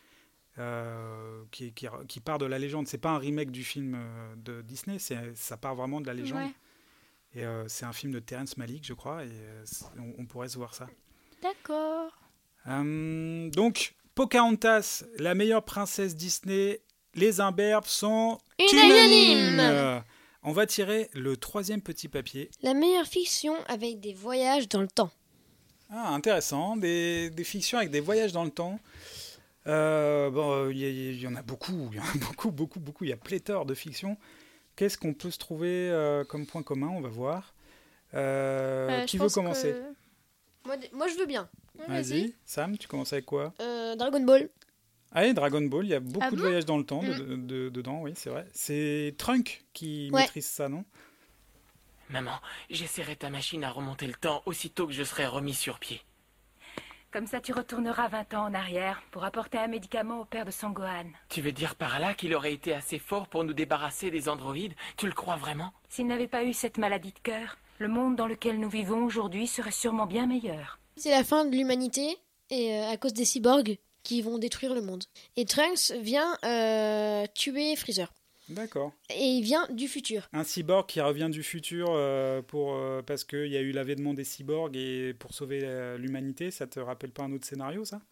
Speaker 3: euh, qui, qui- qui part de la légende. C'est pas un remake du film euh, de Disney, c'est- ça part vraiment de la légende.
Speaker 1: Ouais.
Speaker 3: Et euh, c'est un film de Terrence Malick, je crois, et euh, c'est- on, on pourrait se voir ça.
Speaker 1: D'accord.
Speaker 3: Hum, donc, Pocahontas, la meilleure princesse Disney, les imberbes sont
Speaker 4: Unanimes.
Speaker 3: unanimes. On va tirer le troisième petit papier.
Speaker 4: La meilleure fiction avec des voyages dans le temps.
Speaker 3: Ah, intéressant. Des, des fictions avec des voyages dans le temps. Euh, bon, il y, a- il y en a beaucoup, il y en a (laughs) beaucoup, beaucoup, beaucoup. Il y a pléthore de fictions. Qu'est-ce qu'on peut se trouver euh, comme point commun On va voir. Euh,
Speaker 1: Euh,
Speaker 3: qui
Speaker 1: je
Speaker 3: veut
Speaker 1: pense
Speaker 3: commencer
Speaker 1: que-
Speaker 4: Moi, d- moi je veux bien.
Speaker 1: Ouais,
Speaker 3: Vas-y, Sam, tu commences avec quoi
Speaker 4: Euh, Dragon Ball.
Speaker 3: Allez, Dragon Ball, il y a beaucoup
Speaker 1: Ah
Speaker 3: de
Speaker 1: bon
Speaker 3: voyages dans le temps de- de- dedans, oui, c'est vrai. C'est Trunk qui
Speaker 4: Ouais.
Speaker 3: maîtrise ça, non
Speaker 5: Maman, j'essaierai ta machine à remonter le temps aussitôt que je serai remis sur pied.
Speaker 10: Comme ça, tu retourneras 20 ans en arrière pour apporter un médicament au père de Son Gohan.
Speaker 5: Tu veux dire par là qu'il aurait été assez fort pour nous débarrasser des androïdes Tu le crois vraiment
Speaker 10: S'il n'avait pas eu cette maladie de cœur, le monde dans lequel nous vivons aujourd'hui serait sûrement bien meilleur.
Speaker 4: C'est la fin de l'humanité et euh, à cause des cyborgs qui vont détruire le monde. Et Trunks vient euh, tuer Freezer.
Speaker 3: D'accord.
Speaker 4: Et il vient du futur.
Speaker 3: Un cyborg qui revient du futur euh, pour, euh, parce qu'il y a eu l'avènement des cyborgs et pour sauver euh, l'humanité, ça te rappelle pas un autre scénario, ça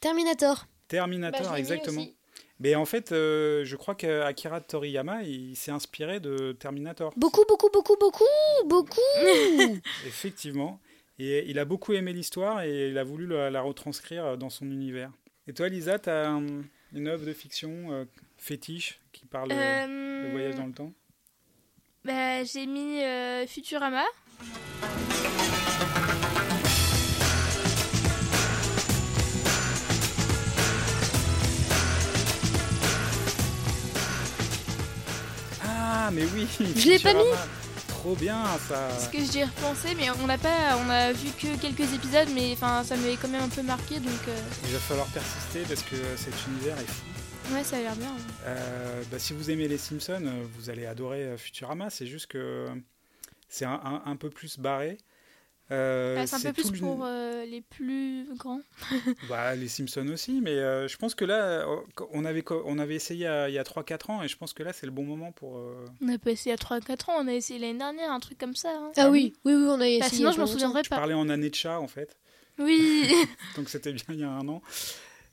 Speaker 4: Terminator.
Speaker 3: Terminator,
Speaker 4: Bah, je l'ai mis
Speaker 3: exactement.
Speaker 4: aussi.
Speaker 3: Mais en fait, euh, je crois qu'Akira Toriyama, il s'est inspiré de Terminator,
Speaker 4: Beaucoup, beaucoup, beaucoup, beaucoup, beaucoup. (laughs)
Speaker 3: effectivement. Et il a beaucoup aimé l'histoire et il a voulu la, la retranscrire dans son univers. Et toi, Lisa, tu as une œuvre de fiction euh, fétiche qui parle euh,
Speaker 1: Euh,
Speaker 3: de voyage dans le
Speaker 4: hmm.
Speaker 3: temps
Speaker 1: bah, j'ai mis euh, Futurama.
Speaker 3: Ah, mais oui
Speaker 4: Je l'ai pas mis.
Speaker 3: Futurama. Trop bien, ça
Speaker 1: Parce que j'y ai repensé, mais on n'a pas, on a vu que quelques épisodes, mais enfin, ça m'avait quand même un peu marqué, donc euh,
Speaker 3: Il va falloir persister parce que cet univers est fou.
Speaker 1: ouais, ça a l'air bien. ouais.
Speaker 3: Euh, bah, si vous aimez les Simpsons, euh, vous allez adorer euh, Futurama. C'est juste que c'est un, un- un peu plus barré. Euh,
Speaker 1: Ah, c'est un peu
Speaker 3: tout
Speaker 1: plus
Speaker 3: l'uni-
Speaker 1: pour euh, les plus grands.
Speaker 3: Bah, les Simpsons aussi, mais euh, je pense que là, euh, on avait, co- on avait essayé euh, il y a 3-4 ans et je pense que là, c'est le bon moment pour. euh,
Speaker 1: On a pas essayé à 3-4 ans, on a essayé l'année dernière, un truc comme ça. hein.
Speaker 4: ah oui, oui, oui, on a essayé.
Speaker 1: Bah, sinon,
Speaker 4: il
Speaker 1: je
Speaker 4: y a
Speaker 1: m'en
Speaker 4: pas longtemps.
Speaker 1: souviendrai
Speaker 3: Je
Speaker 1: pas.
Speaker 3: parlais en année de chat en fait, (laughs)
Speaker 1: Oui,
Speaker 3: donc c'était bien il y a un an.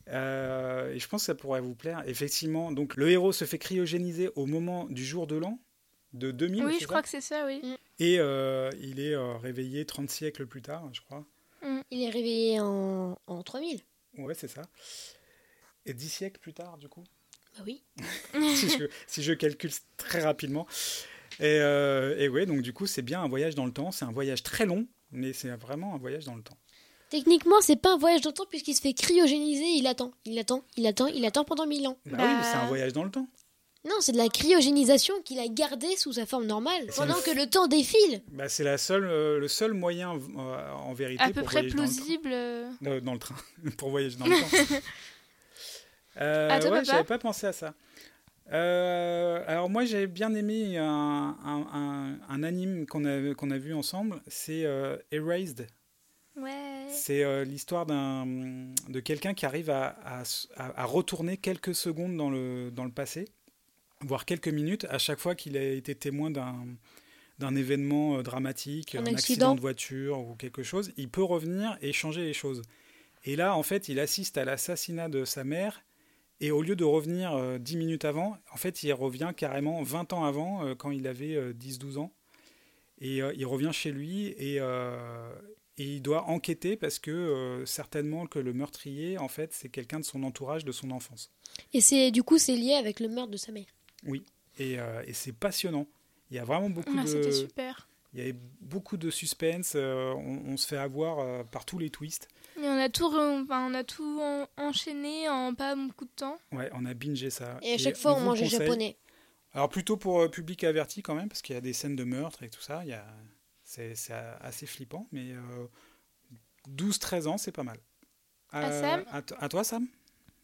Speaker 3: Euh, et je pense que ça pourrait vous plaire. Effectivement, donc le héros se fait cryogéniser au moment du jour de l'an de 2000.
Speaker 1: oui,
Speaker 3: c'est
Speaker 1: je
Speaker 3: ça
Speaker 1: crois que c'est ça, oui.
Speaker 3: Et euh, il est euh, réveillé 30 siècles plus tard, je crois.
Speaker 4: Il est réveillé en, en 3000.
Speaker 3: Ouais, c'est ça. Et 10 siècles plus tard,
Speaker 1: (laughs)
Speaker 3: du coup,
Speaker 4: Bah oui.
Speaker 3: si, je, si je calcule très rapidement. Et, euh, et ouais, donc du coup, c'est bien un voyage dans le temps. C'est un voyage très long, mais c'est vraiment un voyage dans le temps.
Speaker 4: Techniquement, c'est pas un voyage dans le temps puisqu'il se fait cryogéniser, il attend, il attend, il attend, il attend pendant 1000 ans.
Speaker 3: Bah,
Speaker 1: Bah-
Speaker 3: oui, mais c'est un voyage dans le temps.
Speaker 4: Non, c'est de la cryogénisation qu'il a gardée sous sa forme normale
Speaker 3: Et c'est
Speaker 4: pendant
Speaker 3: le-
Speaker 4: que le temps défile.
Speaker 3: Bah, c'est la seule, euh, le seul moyen euh, en vérité
Speaker 1: à peu
Speaker 3: pour
Speaker 1: près
Speaker 3: voyager dans le train.
Speaker 1: plausible. euh.
Speaker 3: Euh, dans le train, (laughs) pour voyager dans le
Speaker 1: (laughs)
Speaker 3: temps. Euh,
Speaker 1: À toi,
Speaker 3: ouais,
Speaker 1: papa.
Speaker 3: j'avais pas pensé à ça. Euh, alors moi j'ai bien aimé un, un- un- un anime qu'on a, qu'on a vu ensemble, c'est euh, Erased.
Speaker 1: Ouais.
Speaker 3: C'est euh, l'histoire d'un de quelqu'un qui arrive à, à s- à- à retourner quelques secondes dans le, dans le passé, voire quelques minutes, à chaque fois qu'il a été témoin d'un d'un événement euh, dramatique,
Speaker 4: Un
Speaker 3: un, accident.
Speaker 4: accident.
Speaker 3: de voiture ou quelque chose, il peut revenir et changer les choses. Et là, en fait, il assiste à l'assassinat de sa mère, et au lieu de revenir euh, 10 minutes avant, en fait, il revient carrément 20 ans avant, euh, quand il avait euh, 10-12 ans. Et euh, il revient chez lui et, euh, et il doit enquêter parce que euh, certainement que le meurtrier, en fait, c'est quelqu'un de son entourage, de son enfance.
Speaker 4: Et c'est du coup, c'est lié avec le meurtre de sa mère.
Speaker 3: Et, euh, et c'est passionnant. Il y a vraiment beaucoup
Speaker 1: Ah, C'était
Speaker 3: de...
Speaker 1: super.
Speaker 3: Il y avait beaucoup de suspense. euh, on, on se fait avoir euh, par tous les twists.
Speaker 1: Et on a tout, re- enfin, on a tout en- enchaîné en pas beaucoup de temps.
Speaker 3: Ouais, on a bingé ça.
Speaker 4: Et à chaque fois, on,
Speaker 3: vous
Speaker 4: mangeait
Speaker 3: conseille-
Speaker 4: japonais.
Speaker 3: Alors plutôt pour euh, public averti quand même, parce qu'il y a des scènes de meurtre et tout ça. Il y a... C'est c'est assez flippant, mais euh, 12-13 ans, c'est pas mal.
Speaker 1: À Sam
Speaker 3: à, t- à toi, Sam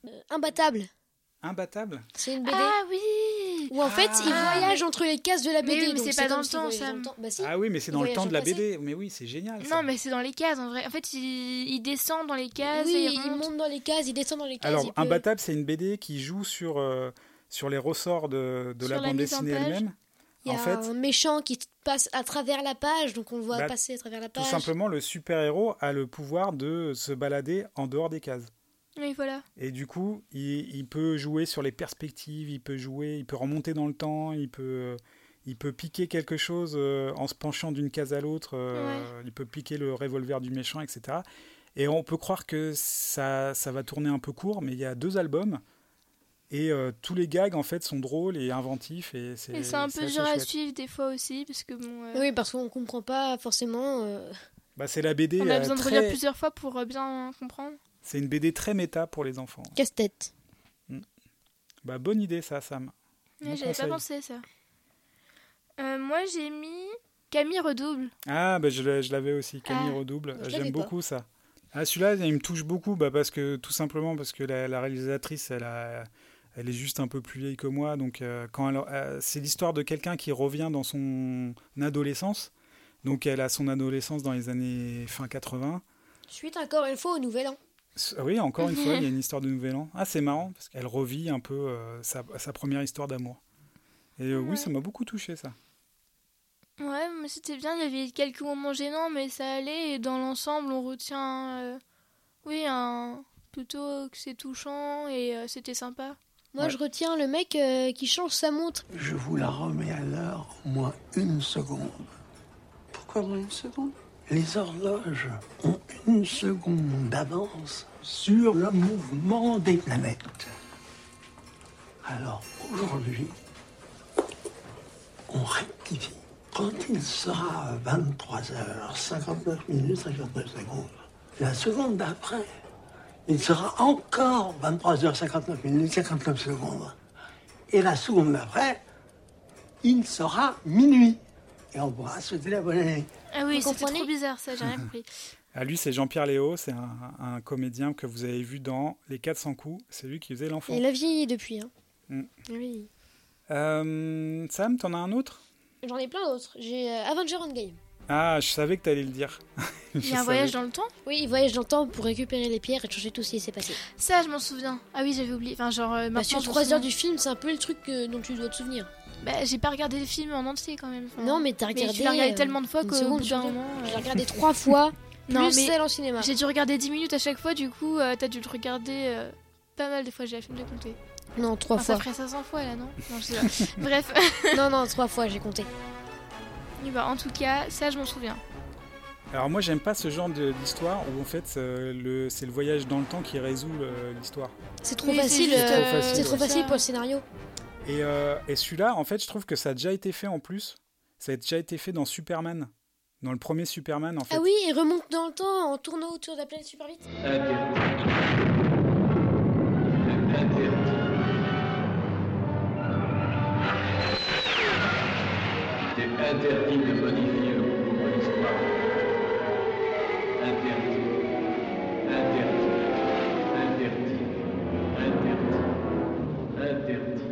Speaker 4: Euh, imbattable.
Speaker 3: Imbattable
Speaker 4: C'est une BD.
Speaker 1: Ah oui.
Speaker 4: Où en fait, il
Speaker 1: Ah.
Speaker 4: voyage entre les cases de la
Speaker 1: Mais
Speaker 4: BD.
Speaker 1: oui, mais
Speaker 4: donc
Speaker 1: c'est pas
Speaker 4: comme
Speaker 1: dans le
Speaker 4: s'il
Speaker 1: temps,
Speaker 4: voyageait
Speaker 1: ça.
Speaker 4: dans le temps. Bah si.
Speaker 3: Ah oui, mais c'est dans le
Speaker 4: voyage
Speaker 3: temps
Speaker 4: dans
Speaker 3: de la
Speaker 4: le passé.
Speaker 3: BD. Mais oui, c'est génial. ça.
Speaker 1: Non, mais c'est dans les cases en vrai. En fait, il, il descend dans les cases. et
Speaker 4: Ah oui,
Speaker 1: il
Speaker 4: il
Speaker 1: remonte.
Speaker 4: monte dans les cases, il descend dans les cases.
Speaker 3: Alors,
Speaker 4: il peut-
Speaker 3: Imbattable, c'est une BD qui joue sur, euh, sur les ressorts de, de la
Speaker 1: Sur la
Speaker 3: bande
Speaker 1: mise en
Speaker 3: dessinée
Speaker 1: page.
Speaker 3: elle-même.
Speaker 4: Il y a
Speaker 3: en fait-
Speaker 4: un méchant qui passe à travers la page, donc on le voit
Speaker 3: Bah,
Speaker 4: passer à travers la
Speaker 3: Tout
Speaker 4: page.
Speaker 3: simplement, le super-héros a le pouvoir de se balader en dehors des cases.
Speaker 1: Oui, voilà.
Speaker 3: Et du coup, il, il peut jouer sur les perspectives, il peut jouer, il peut remonter dans le temps, il peut, euh, il peut piquer quelque chose euh, en se penchant d'une case à l'autre, euh, il peut piquer le revolver du méchant, etc. Et on peut croire que ça, ça va tourner un peu court, mais il y a deux albums. Et euh, tous les gags, en fait, sont drôles et inventifs. Et c'est
Speaker 1: Et c'est un peu
Speaker 3: assez
Speaker 1: dur à
Speaker 3: chouette.
Speaker 1: suivre des fois aussi, parce que bon. euh,
Speaker 4: Oui, parce qu'on comprend pas forcément. euh,
Speaker 3: Bah, c'est la BD.
Speaker 1: On a
Speaker 3: euh,
Speaker 1: besoin de
Speaker 3: très-
Speaker 1: relire plusieurs fois pour euh, bien comprendre.
Speaker 3: C'est une BD très méta pour les enfants.
Speaker 4: Casse-tête.
Speaker 3: Bah, bonne idée, ça, Sam.
Speaker 1: Ouais,
Speaker 3: Bon
Speaker 1: J'avais pas
Speaker 3: conseil.
Speaker 1: pensé à ça. Euh, moi, j'ai mis Camille Redouble.
Speaker 3: Ah, bah, je l'ai- je l'avais aussi, Camille
Speaker 1: Ah,
Speaker 3: Redouble.
Speaker 4: je l'avais
Speaker 3: J'aime
Speaker 4: pas.
Speaker 3: beaucoup ça. Ah, celui-là, il me touche beaucoup, bah, parce que, tout simplement parce que la, la réalisatrice, elle, a- elle est juste un peu plus vieille que moi. Donc, euh, quand elle- euh, c'est l'histoire de quelqu'un qui revient dans son adolescence. Donc, elle a son adolescence dans les années fin 80.
Speaker 4: Suite encore une fois au Nouvel An.
Speaker 3: S- Oui, encore une fois, il y a une histoire de Nouvel An. Ah, c'est marrant, parce qu'elle revit un peu euh, sa, sa première histoire d'amour. Et euh,
Speaker 1: Ouais.
Speaker 3: oui, ça m'a beaucoup touché, ça.
Speaker 1: Ouais, mais c'était bien. Il y avait quelques moments gênants, mais ça allait. Et dans l'ensemble, on retient. euh, Oui, un. Plutôt que c'est touchant et euh, c'était sympa.
Speaker 4: Moi,
Speaker 3: Ouais.
Speaker 4: je retiens le mec euh, qui change sa montre.
Speaker 7: Je vous la remets à l'heure, moins une seconde. Pourquoi moins une seconde Les horloges ont une seconde d'avance sur le mouvement des planètes. Alors aujourd'hui, on rectifie. Quand il sera à 23h59 minutes 59 secondes, la seconde d'après, il sera encore 23h59 minutes 59 secondes. Et la seconde d'après, il sera minuit. Et on pourra souhaiter la bonne année.
Speaker 1: Ah oui,
Speaker 4: Vous
Speaker 1: c'était
Speaker 4: comprenez
Speaker 1: trop bizarre ça, j'ai rien compris.
Speaker 3: Ah, lui, c'est Jean-Pierre Léo, c'est un, un comédien que vous avez vu dans Les 400 coups. C'est lui qui faisait l'enfant.
Speaker 4: Il a vieilli depuis. hein.
Speaker 3: Mm.
Speaker 4: Oui.
Speaker 3: Euh, Sam, t'en as un autre
Speaker 4: J'en ai plein d'autres. J'ai euh, Avenger Endgame.
Speaker 3: Ah, je savais que t'allais le dire.
Speaker 1: (laughs)
Speaker 3: (laughs)
Speaker 1: Il y a un voyage dans le temps
Speaker 4: Oui, il voyage dans le temps pour récupérer les pierres et changer tout ce qui s'est passé.
Speaker 1: Ça, je m'en souviens. Ah oui, j'avais oublié. Enfin, genre, euh,
Speaker 4: Bah,
Speaker 1: maintenant,
Speaker 4: sur
Speaker 1: je m'en
Speaker 4: 3
Speaker 1: souviens.
Speaker 4: heures du film, c'est un peu le truc euh, dont tu dois te souvenir.
Speaker 1: Bah, j'ai pas regardé le film en entier quand même. Enfin,
Speaker 4: Non, mais t'as regardé.
Speaker 1: mais tu l'as regardé
Speaker 4: euh,
Speaker 1: tellement de fois
Speaker 4: une
Speaker 1: qu'au
Speaker 4: seconde,
Speaker 1: bout
Speaker 4: tu
Speaker 1: d'un
Speaker 4: regardes.
Speaker 1: moment. euh,
Speaker 4: J'ai regardé 3 fois, (laughs)
Speaker 1: Non,
Speaker 4: plus
Speaker 1: mais
Speaker 4: celle en cinéma.
Speaker 1: j'ai dû regarder 10 minutes à chaque fois, du coup, euh, t'as dû le regarder euh, pas mal de fois, j'ai la flemme de compter.
Speaker 4: Non, 3
Speaker 1: Enfin, ça
Speaker 4: fois.
Speaker 1: ferait 500 fois là, non Non, (laughs) je sais pas. Bref,
Speaker 4: non, non, 3 fois, j'ai compté.
Speaker 1: Oui, bah, en tout cas, ça, je m'en souviens.
Speaker 3: Alors, moi, j'aime pas ce genre de- d'histoire où, en fait, euh, le- c'est le voyage dans le temps qui résout euh, l'histoire.
Speaker 4: C'est trop
Speaker 1: Oui, c'est
Speaker 4: facile.
Speaker 1: juste,
Speaker 4: euh,
Speaker 3: Trop facile,
Speaker 4: C'est trop
Speaker 3: ouais.
Speaker 4: facile
Speaker 1: ça.
Speaker 4: pour le scénario.
Speaker 3: Et, euh, et celui-là, en fait, je trouve que ça a déjà été fait en plus. Ça a déjà été fait dans Superman. Dans le premier Superman, en fait.
Speaker 4: Ah oui, il remonte dans le temps en tournant autour de la planète super vite.
Speaker 11: Interdit de modifier le cours de l'histoire. Interdit. Interdit. Interdit. Interdit. Interdit.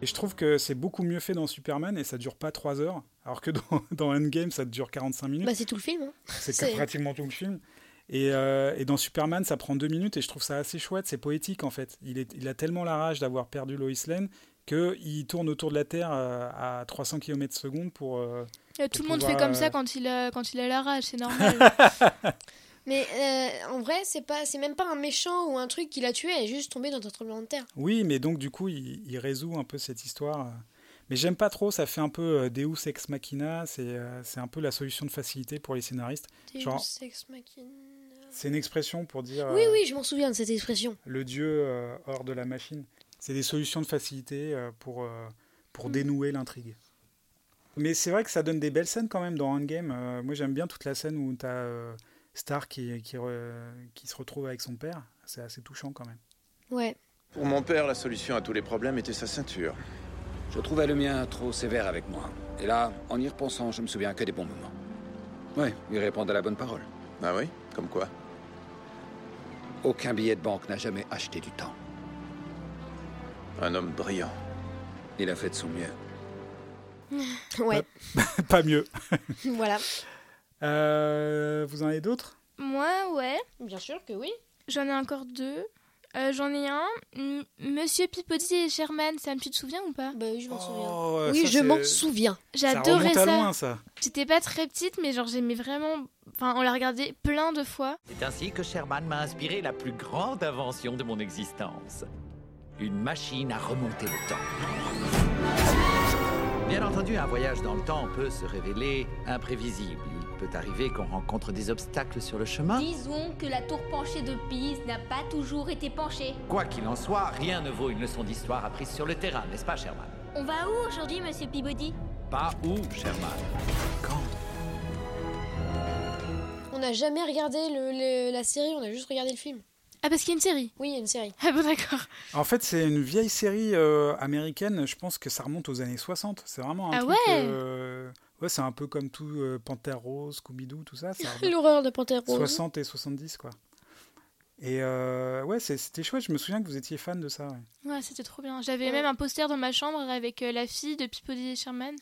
Speaker 3: Et je trouve que c'est beaucoup mieux fait dans Superman et ça dure pas 3 heures, alors que dans, (laughs) dans Endgame ça dure 45 minutes.
Speaker 4: Bah, c'est tout le film. hein.
Speaker 3: C'est pratiquement tout le film. Et, euh, et dans Superman, ça prend deux minutes et je trouve ça assez chouette, c'est poétique en fait. Il, est, il a tellement la rage d'avoir perdu Lois Lane qu'il tourne autour de la Terre euh, à 300 km secondes pour... euh,
Speaker 1: Euh, Tout
Speaker 3: pour
Speaker 1: le monde fait
Speaker 3: pouvoir,
Speaker 1: comme
Speaker 3: euh,
Speaker 1: ça quand il a, quand il a la rage, c'est normal.
Speaker 4: (laughs) Mais euh, en vrai, c'est pas, c'est même pas un méchant ou un truc qui l'a tué. Elle est juste tombée dans un tremblement de terre.
Speaker 3: Oui, mais donc du coup, il, il résout un peu cette histoire. euh. Mais j'aime pas trop, ça fait un peu euh, Deus Ex Machina, c'est euh, c'est un peu la solution de facilité pour les scénaristes.
Speaker 4: Deus
Speaker 3: Genre,
Speaker 4: ex machina.
Speaker 3: c'est une expression pour dire...
Speaker 4: Oui,
Speaker 3: euh,
Speaker 4: oui, je m'en souviens de cette expression.
Speaker 3: le dieu euh, hors de la machine. C'est des solutions de facilité euh, pour, euh, pour dénouer l'intrigue. Mais c'est vrai que ça donne des belles scènes quand même dans Endgame. Euh, moi j'aime bien toute la scène où tu as Star qui, qui, re- qui se retrouve avec son père. C'est assez touchant quand même.
Speaker 4: Ouais. (laughs)
Speaker 12: Pour mon père, la solution à tous les problèmes était sa ceinture.
Speaker 13: Je trouvais le mien trop sévère avec moi. Et là, en y repensant, je me souviens que des bons moments. Oui, il répondait à la bonne parole.
Speaker 12: Ah oui Comme quoi
Speaker 13: Aucun billet de banque n'a jamais acheté du temps.
Speaker 12: Un homme brillant.
Speaker 13: Il a fait de son mieux.
Speaker 4: ouais,
Speaker 3: (laughs) Pas mieux.
Speaker 4: voilà.
Speaker 3: Euh, vous en avez d'autres
Speaker 1: Moi, ouais.
Speaker 4: Bien sûr que oui.
Speaker 1: J'en ai encore deux. Euh, J'en ai un. M- Monsieur Pipody et Sherman, ça me tu te souviens ou pas
Speaker 4: Bah oui, je m'en
Speaker 3: Oh,
Speaker 4: souviens. Oui,
Speaker 3: ça,
Speaker 4: je
Speaker 3: c'est-
Speaker 4: m'en souviens.
Speaker 1: J'adorais
Speaker 3: Ça remonte
Speaker 1: ça.
Speaker 3: à loin ça.
Speaker 1: J'étais pas très petite, mais genre j'aimais vraiment. Enfin, on l'a regardé plein de fois.
Speaker 14: C'est ainsi que Sherman m'a inspiré la plus grande invention de mon existence. Une machine à remonter le temps. Bien entendu, un voyage dans le temps peut se révéler imprévisible. Il peut arriver qu'on rencontre des obstacles sur le chemin.
Speaker 15: Disons que la tour penchée de Pise n'a pas toujours été penchée.
Speaker 14: Quoi qu'il en soit, rien ne vaut une leçon d'histoire apprise sur le terrain, n'est-ce pas, Sherman
Speaker 15: On va où aujourd'hui, monsieur Peabody
Speaker 14: Pas où, Sherman
Speaker 4: On n'a jamais regardé le- le- la série, on a juste regardé le film.
Speaker 1: Ah, parce qu'il y a une série (laughs)
Speaker 4: Oui, il y a une série.
Speaker 1: Ah bon, d'accord.
Speaker 3: En fait, c'est une vieille série euh, américaine. Je pense que ça remonte aux années 60. C'est vraiment un
Speaker 1: Ah
Speaker 3: truc.
Speaker 1: ouais
Speaker 3: euh, ouais, c'est un peu comme tout euh, Panthère Rose, Scooby-Doo, tout ça.
Speaker 1: (laughs)
Speaker 3: ça remonte-
Speaker 4: L'horreur de Panthère Rose.
Speaker 3: 60 et 70, quoi. Et euh, ouais, c'est- c'était chouette. Je me souviens que vous étiez fan de ça. ouais.
Speaker 1: Ouais, c'était trop bien. J'avais
Speaker 4: Ouais.
Speaker 1: même un poster dans ma chambre avec euh, la fille de Peabody et Sherman.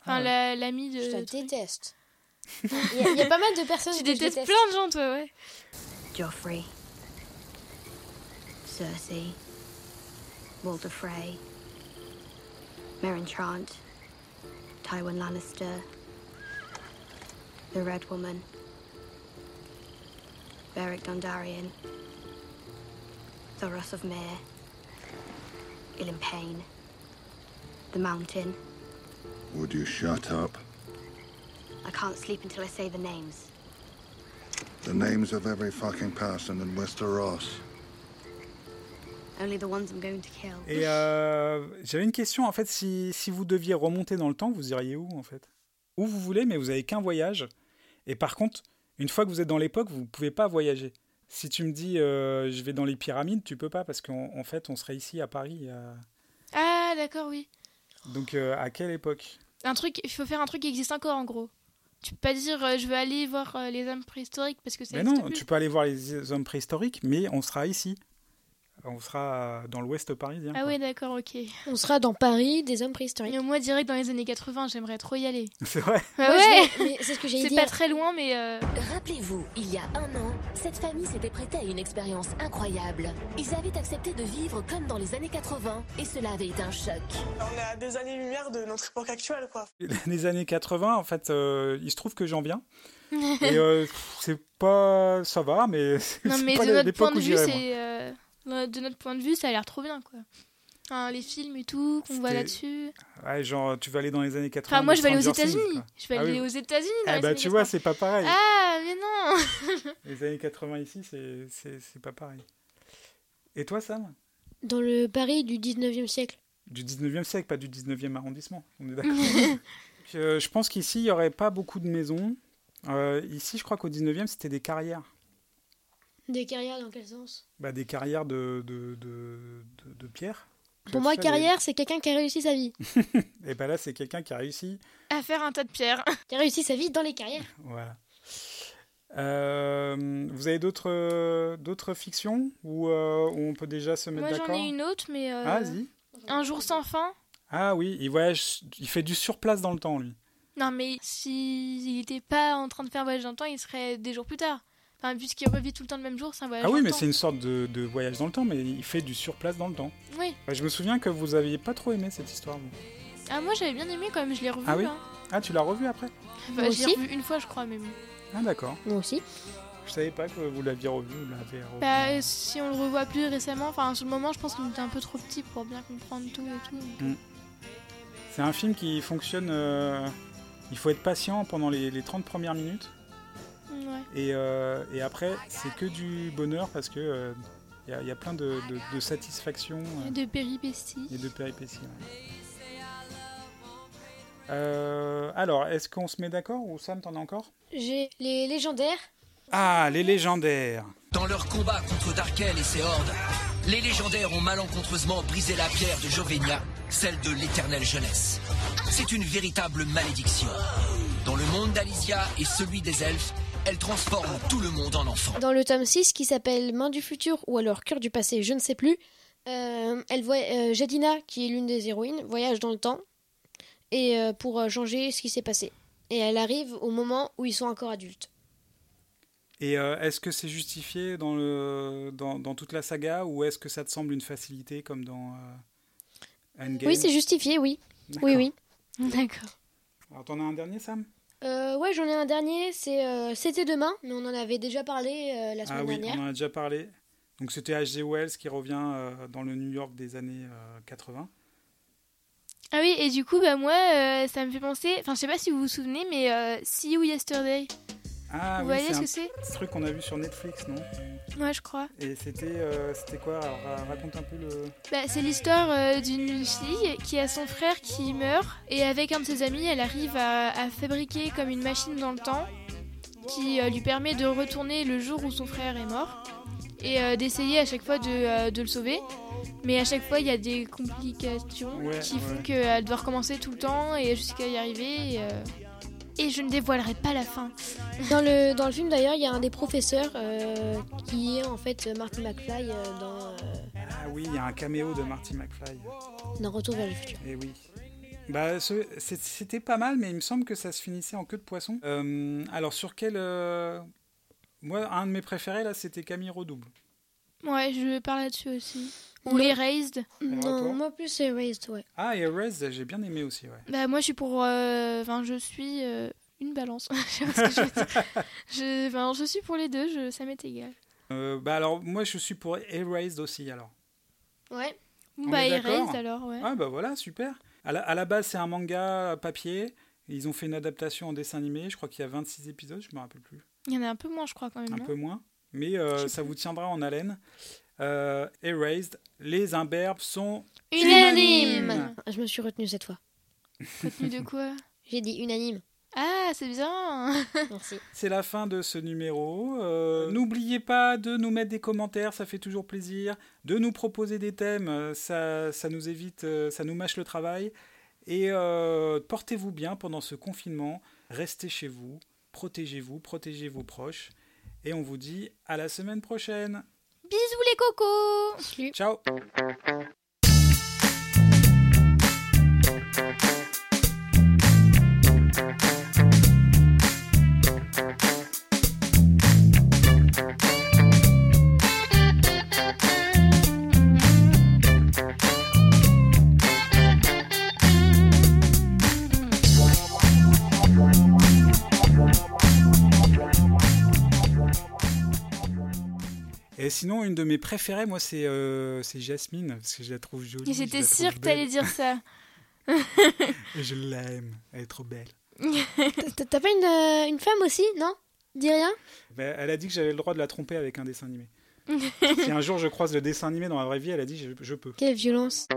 Speaker 1: Enfin,
Speaker 3: Ah ouais.
Speaker 1: la- l'amie de.
Speaker 4: Je la déteste. Il y, a- il y a pas mal de personnes
Speaker 1: Euh, Tu
Speaker 4: que je
Speaker 1: détestes
Speaker 4: déteste.
Speaker 1: plein de gens, toi, ouais.
Speaker 16: Joffrey, Cersei, Walder Frey, Meryn Trant, Tywin Lannister, the Red Woman, Beric Dondarrion, Thoros of Myr, Ilyn Payne, the Mountain.
Speaker 17: Would you shut up?
Speaker 16: I can't sleep until I say the names.
Speaker 17: The names of every fucking person in Westeros.
Speaker 16: Only the ones I'm going to kill.
Speaker 3: Et euh, j'avais une question. En fait, si, si vous deviez remonter dans le temps, vous iriez où, en fait Où vous voulez, mais vous avez qu'un voyage. Et par contre, une fois que vous êtes dans l'époque, vous pouvez pas voyager. Si tu me dis euh, je vais dans les pyramides, tu peux pas parce qu'en en fait, on serait ici à Paris. à-
Speaker 1: Ah, d'accord, oui.
Speaker 3: Donc, euh, à quelle époque
Speaker 1: Un truc, il faut faire un truc qui existe encore, en gros. Tu peux pas dire euh, je veux aller voir euh, les hommes préhistoriques parce que ça
Speaker 3: Mais
Speaker 1: existe
Speaker 3: non,
Speaker 1: plus.
Speaker 3: tu peux aller voir les hommes préhistoriques, mais on sera ici. On sera dans l'ouest parisien.
Speaker 1: Ah
Speaker 3: quoi.
Speaker 1: ouais, d'accord, ok.
Speaker 4: On sera dans Paris, des hommes préhistoriques.
Speaker 1: Et moi, direct dans les années 80, j'aimerais trop y aller.
Speaker 3: (laughs) C'est vrai.
Speaker 1: Bah (laughs)
Speaker 4: Moi,
Speaker 1: ouais
Speaker 4: je vais- mais c'est ce que j'allais
Speaker 1: C'est
Speaker 4: dire.
Speaker 1: pas très loin, mais...
Speaker 4: (laughs)
Speaker 1: euh,
Speaker 18: Rappelez-vous, il y a un an, cette famille s'était prêtée à une expérience incroyable. Ils avaient accepté de vivre comme dans les années 80, et cela avait été un choc.
Speaker 19: On est à deux années-lumière de notre époque actuelle, quoi.
Speaker 3: Les années 80, en fait, euh, il se trouve que j'en viens. Et euh, pff, c'est pas. Ça va, mais. (laughs) c'est
Speaker 1: Non,
Speaker 3: c'est
Speaker 1: mais
Speaker 3: pas
Speaker 1: de notre point
Speaker 3: l'époque
Speaker 1: de
Speaker 3: où
Speaker 1: vue,
Speaker 3: j'irais, moi.
Speaker 1: c'est... euh, de- De notre point de vue, ça a l'air trop bien, quoi. Enfin, les films et tout qu'on voit
Speaker 3: C'était-
Speaker 1: là-dessus.
Speaker 3: Ouais, genre, tu vas aller dans les années 80.
Speaker 1: Enfin, moi, je vais aller aux
Speaker 3: Stranger Things,
Speaker 1: États-Unis.
Speaker 3: quoi.
Speaker 1: Je vais
Speaker 3: Ah oui.
Speaker 1: aller aux États-Unis dans
Speaker 3: Ah
Speaker 1: les
Speaker 3: bah,
Speaker 1: années
Speaker 3: tu vois,
Speaker 1: 80.
Speaker 3: c'est pas pareil.
Speaker 1: Ah, mais non (laughs)
Speaker 3: Les années 80 ici, c'est- c'est c'est pas pareil. Et toi, Sam
Speaker 4: Dans le Paris du 19e siècle.
Speaker 3: Du 19e siècle, pas du 19e arrondissement.
Speaker 1: (laughs)
Speaker 3: On est d'accord. Euh, je pense qu'ici, il n'y aurait pas beaucoup de maisons. Euh, ici, je crois qu'au 19e, c'était des carrières.
Speaker 4: Des carrières dans quel sens
Speaker 3: Bah, des carrières de, de, de, de- de pierre.
Speaker 4: Pour
Speaker 3: Tout
Speaker 4: moi,
Speaker 3: à fait.
Speaker 4: carrière, c'est quelqu'un qui a réussi sa vie.
Speaker 3: Et ben là, c'est quelqu'un qui a réussi.
Speaker 1: À faire un tas de pierres.
Speaker 4: Qui a réussi sa vie dans les carrières.
Speaker 3: Voilà. Euh, vous avez d'autres euh, d'autres fictions où, euh, où on peut déjà se mettre
Speaker 1: Moi,
Speaker 3: d'accord
Speaker 1: j'en ai une autre, mais. euh,
Speaker 3: Ah, vas-y.
Speaker 1: Un jour sans fin.
Speaker 3: Ah oui, il voyage, il fait du surplace dans le temps lui.
Speaker 1: Non, mais s'il n'était pas en train de faire voyage dans le temps, il serait des jours plus tard. Enfin, puisqu'il revit tout le temps le même jour, c'est un voyage
Speaker 3: Ah oui,
Speaker 1: dans
Speaker 3: mais
Speaker 1: le temps.
Speaker 3: c'est une sorte de, de voyage dans le temps, mais il fait du surplace dans le temps.
Speaker 1: Oui.
Speaker 3: Bah, je me souviens que vous aviez pas trop aimé cette histoire. vous.
Speaker 1: Ah, moi, j'avais bien aimé quand même, je l'ai revu.
Speaker 3: Ah oui
Speaker 1: hein.
Speaker 3: Ah, tu l'as revu après
Speaker 1: Enfin,
Speaker 4: Moi
Speaker 1: je l'ai
Speaker 4: aussi.
Speaker 1: revu une fois, je crois, mais bon.
Speaker 3: Ah d'accord.
Speaker 4: Moi aussi.
Speaker 3: Je savais pas que vous l'aviez revu, vous l'avez revu.
Speaker 1: Bah, si on le revoit plus récemment, enfin, sur le moment, je pense qu'on était un peu trop petit pour bien comprendre tout et tout. donc,
Speaker 3: Mm. C'est un film qui fonctionne. euh, il faut être patient pendant les, les 30 premières minutes.
Speaker 1: Mm, ouais.
Speaker 3: Et, euh, et après, c'est que du bonheur parce que il y, a- y a plein de, de, de satisfaction euh,
Speaker 1: Et de péripéties. (laughs)
Speaker 3: et de péripéties. ouais. Euh, alors, est-ce qu'on se met d'accord ou Sam, t'en as encore
Speaker 4: J'ai les légendaires.
Speaker 3: Ah, les légendaires
Speaker 20: Dans leur combat contre Darkel et ses hordes, les légendaires ont malencontreusement brisé la pierre de Jovenia, celle de l'éternelle jeunesse. C'est une véritable malédiction. Dans le monde d'Alicia et celui des elfes, elle transforme tout le monde en enfant.
Speaker 4: Dans le tome 6 qui s'appelle Main du futur ou alors Cœur du passé, je ne sais plus, euh, elle voit euh, Jadina, qui est l'une des héroïnes, voyage dans le temps et euh, pour euh, changer ce qui s'est passé. Et elle arrive au moment où ils sont encore adultes.
Speaker 3: Et euh, est-ce que c'est justifié dans, le, dans, dans toute la saga ou est-ce que ça te semble une facilité comme dans euh, Endgame
Speaker 4: Oui, c'est justifié, oui. Oui, oui.
Speaker 1: D'accord.
Speaker 3: Alors, t'en as un dernier, Sam
Speaker 4: Euh, ouais, j'en ai un dernier, c'est euh, C'était demain, mais on en avait déjà parlé euh, la semaine
Speaker 3: Ah oui,
Speaker 4: dernière.
Speaker 3: on en a déjà parlé. Donc c'était H.G. Wells qui revient euh, dans le New York des années euh, 80.
Speaker 1: Ah oui, et du coup, bah, moi, euh, ça me fait penser. Enfin, je sais pas si vous vous souvenez, mais euh, See You Yesterday.
Speaker 3: Ah
Speaker 1: Vous
Speaker 3: oui,
Speaker 1: voyez ce que
Speaker 3: c'est
Speaker 1: c'est
Speaker 3: un petit truc qu'on a vu sur Netflix, non
Speaker 1: Moi, je crois.
Speaker 3: Et c'était euh, c'était quoi Alors, ra- Raconte un peu le...
Speaker 1: Bah, c'est l'histoire euh, d'une fille qui a son frère qui meurt et avec un de ses amis, elle arrive à, à fabriquer comme une machine dans le temps qui euh, lui permet de retourner le jour où son frère est mort et euh, d'essayer à chaque fois de, euh, de le sauver. Mais à chaque fois, il y a des complications
Speaker 3: Ouais,
Speaker 1: qui font
Speaker 3: ouais.
Speaker 1: qu'elle doit recommencer tout le temps et jusqu'à y arriver. Et, euh, et je ne dévoilerai pas la fin.
Speaker 4: Dans le, dans le film d'ailleurs, il y a un des professeurs euh, qui est en fait euh, Marty McFly euh, dans, euh,
Speaker 3: Ah oui, il y a un caméo de Marty McFly.
Speaker 4: dans Retour vers le futur.
Speaker 3: Eh oui. Bah, ce- c'est- c'était pas mal, mais il me semble que ça se finissait en queue de poisson. Euh, alors sur quel... euh, Moi, un de mes préférés, là, c'était Camille Redouble.
Speaker 1: Ouais, je parle là-dessus aussi.
Speaker 4: Non.
Speaker 1: Ou Erased.
Speaker 3: Alors, toi
Speaker 4: Non, moi plus c'est Raised, ouais.
Speaker 3: Ah, et Rez, j'ai bien aimé aussi, ouais.
Speaker 1: Bah moi je suis pour... euh, Enfin je suis euh, une balance. (laughs) je sais pas ce que je veux dire.
Speaker 3: (laughs)
Speaker 1: Je- enfin, je suis pour les deux, je- ça m'est égal.
Speaker 3: Euh, bah alors, moi, je suis pour Erased aussi, alors.
Speaker 4: Ouais.
Speaker 1: Bon,
Speaker 3: On
Speaker 1: bah
Speaker 3: est d'accord
Speaker 1: Erased alors, ouais.
Speaker 3: Ah bah voilà, super. À la, à la base, c'est un manga papier. Ils ont fait une adaptation en dessin animé. Je crois qu'il y a 26 épisodes, je me rappelle plus.
Speaker 1: Il y en a un peu moins je crois quand même.
Speaker 3: Un
Speaker 1: non
Speaker 3: peu moins. Mais euh, ça vous tiendra en haleine. Euh, Erased, les imberbes sont... Unanime.
Speaker 4: Ah, Je me suis retenue cette fois.
Speaker 1: Contenu de quoi
Speaker 4: J'ai dit
Speaker 1: (laughs)
Speaker 4: unanime.
Speaker 1: Ah c'est bien
Speaker 4: Merci.
Speaker 3: C'est la fin de ce numéro. Euh, N'oubliez pas de nous mettre des commentaires, ça fait toujours plaisir. De nous proposer des thèmes, euh, ça, ça nous évite, euh, ça nous mâche le travail. Et euh, portez-vous bien pendant ce confinement. Restez chez vous, protégez-vous, protégez vos proches. Et on vous dit à la semaine prochaine.
Speaker 1: Bisous les cocos
Speaker 3: Ciao Et sinon, une de mes préférées, moi, c'est euh, c'est Jasmine, parce que je la trouve jolie.
Speaker 1: Et
Speaker 3: je la
Speaker 1: j'étais
Speaker 3: trouve
Speaker 1: sûre que t'allais
Speaker 3: belle.
Speaker 1: dire ça.
Speaker 3: Et je l'aime, elle est trop belle.
Speaker 4: T'as t'as pas une, euh, une femme aussi, non Dis rien
Speaker 3: Bah, elle a dit que j'avais le droit de la tromper avec un dessin animé. si un jour je croise le dessin animé dans la vraie vie, elle a dit je, je peux.
Speaker 4: Quelle violence.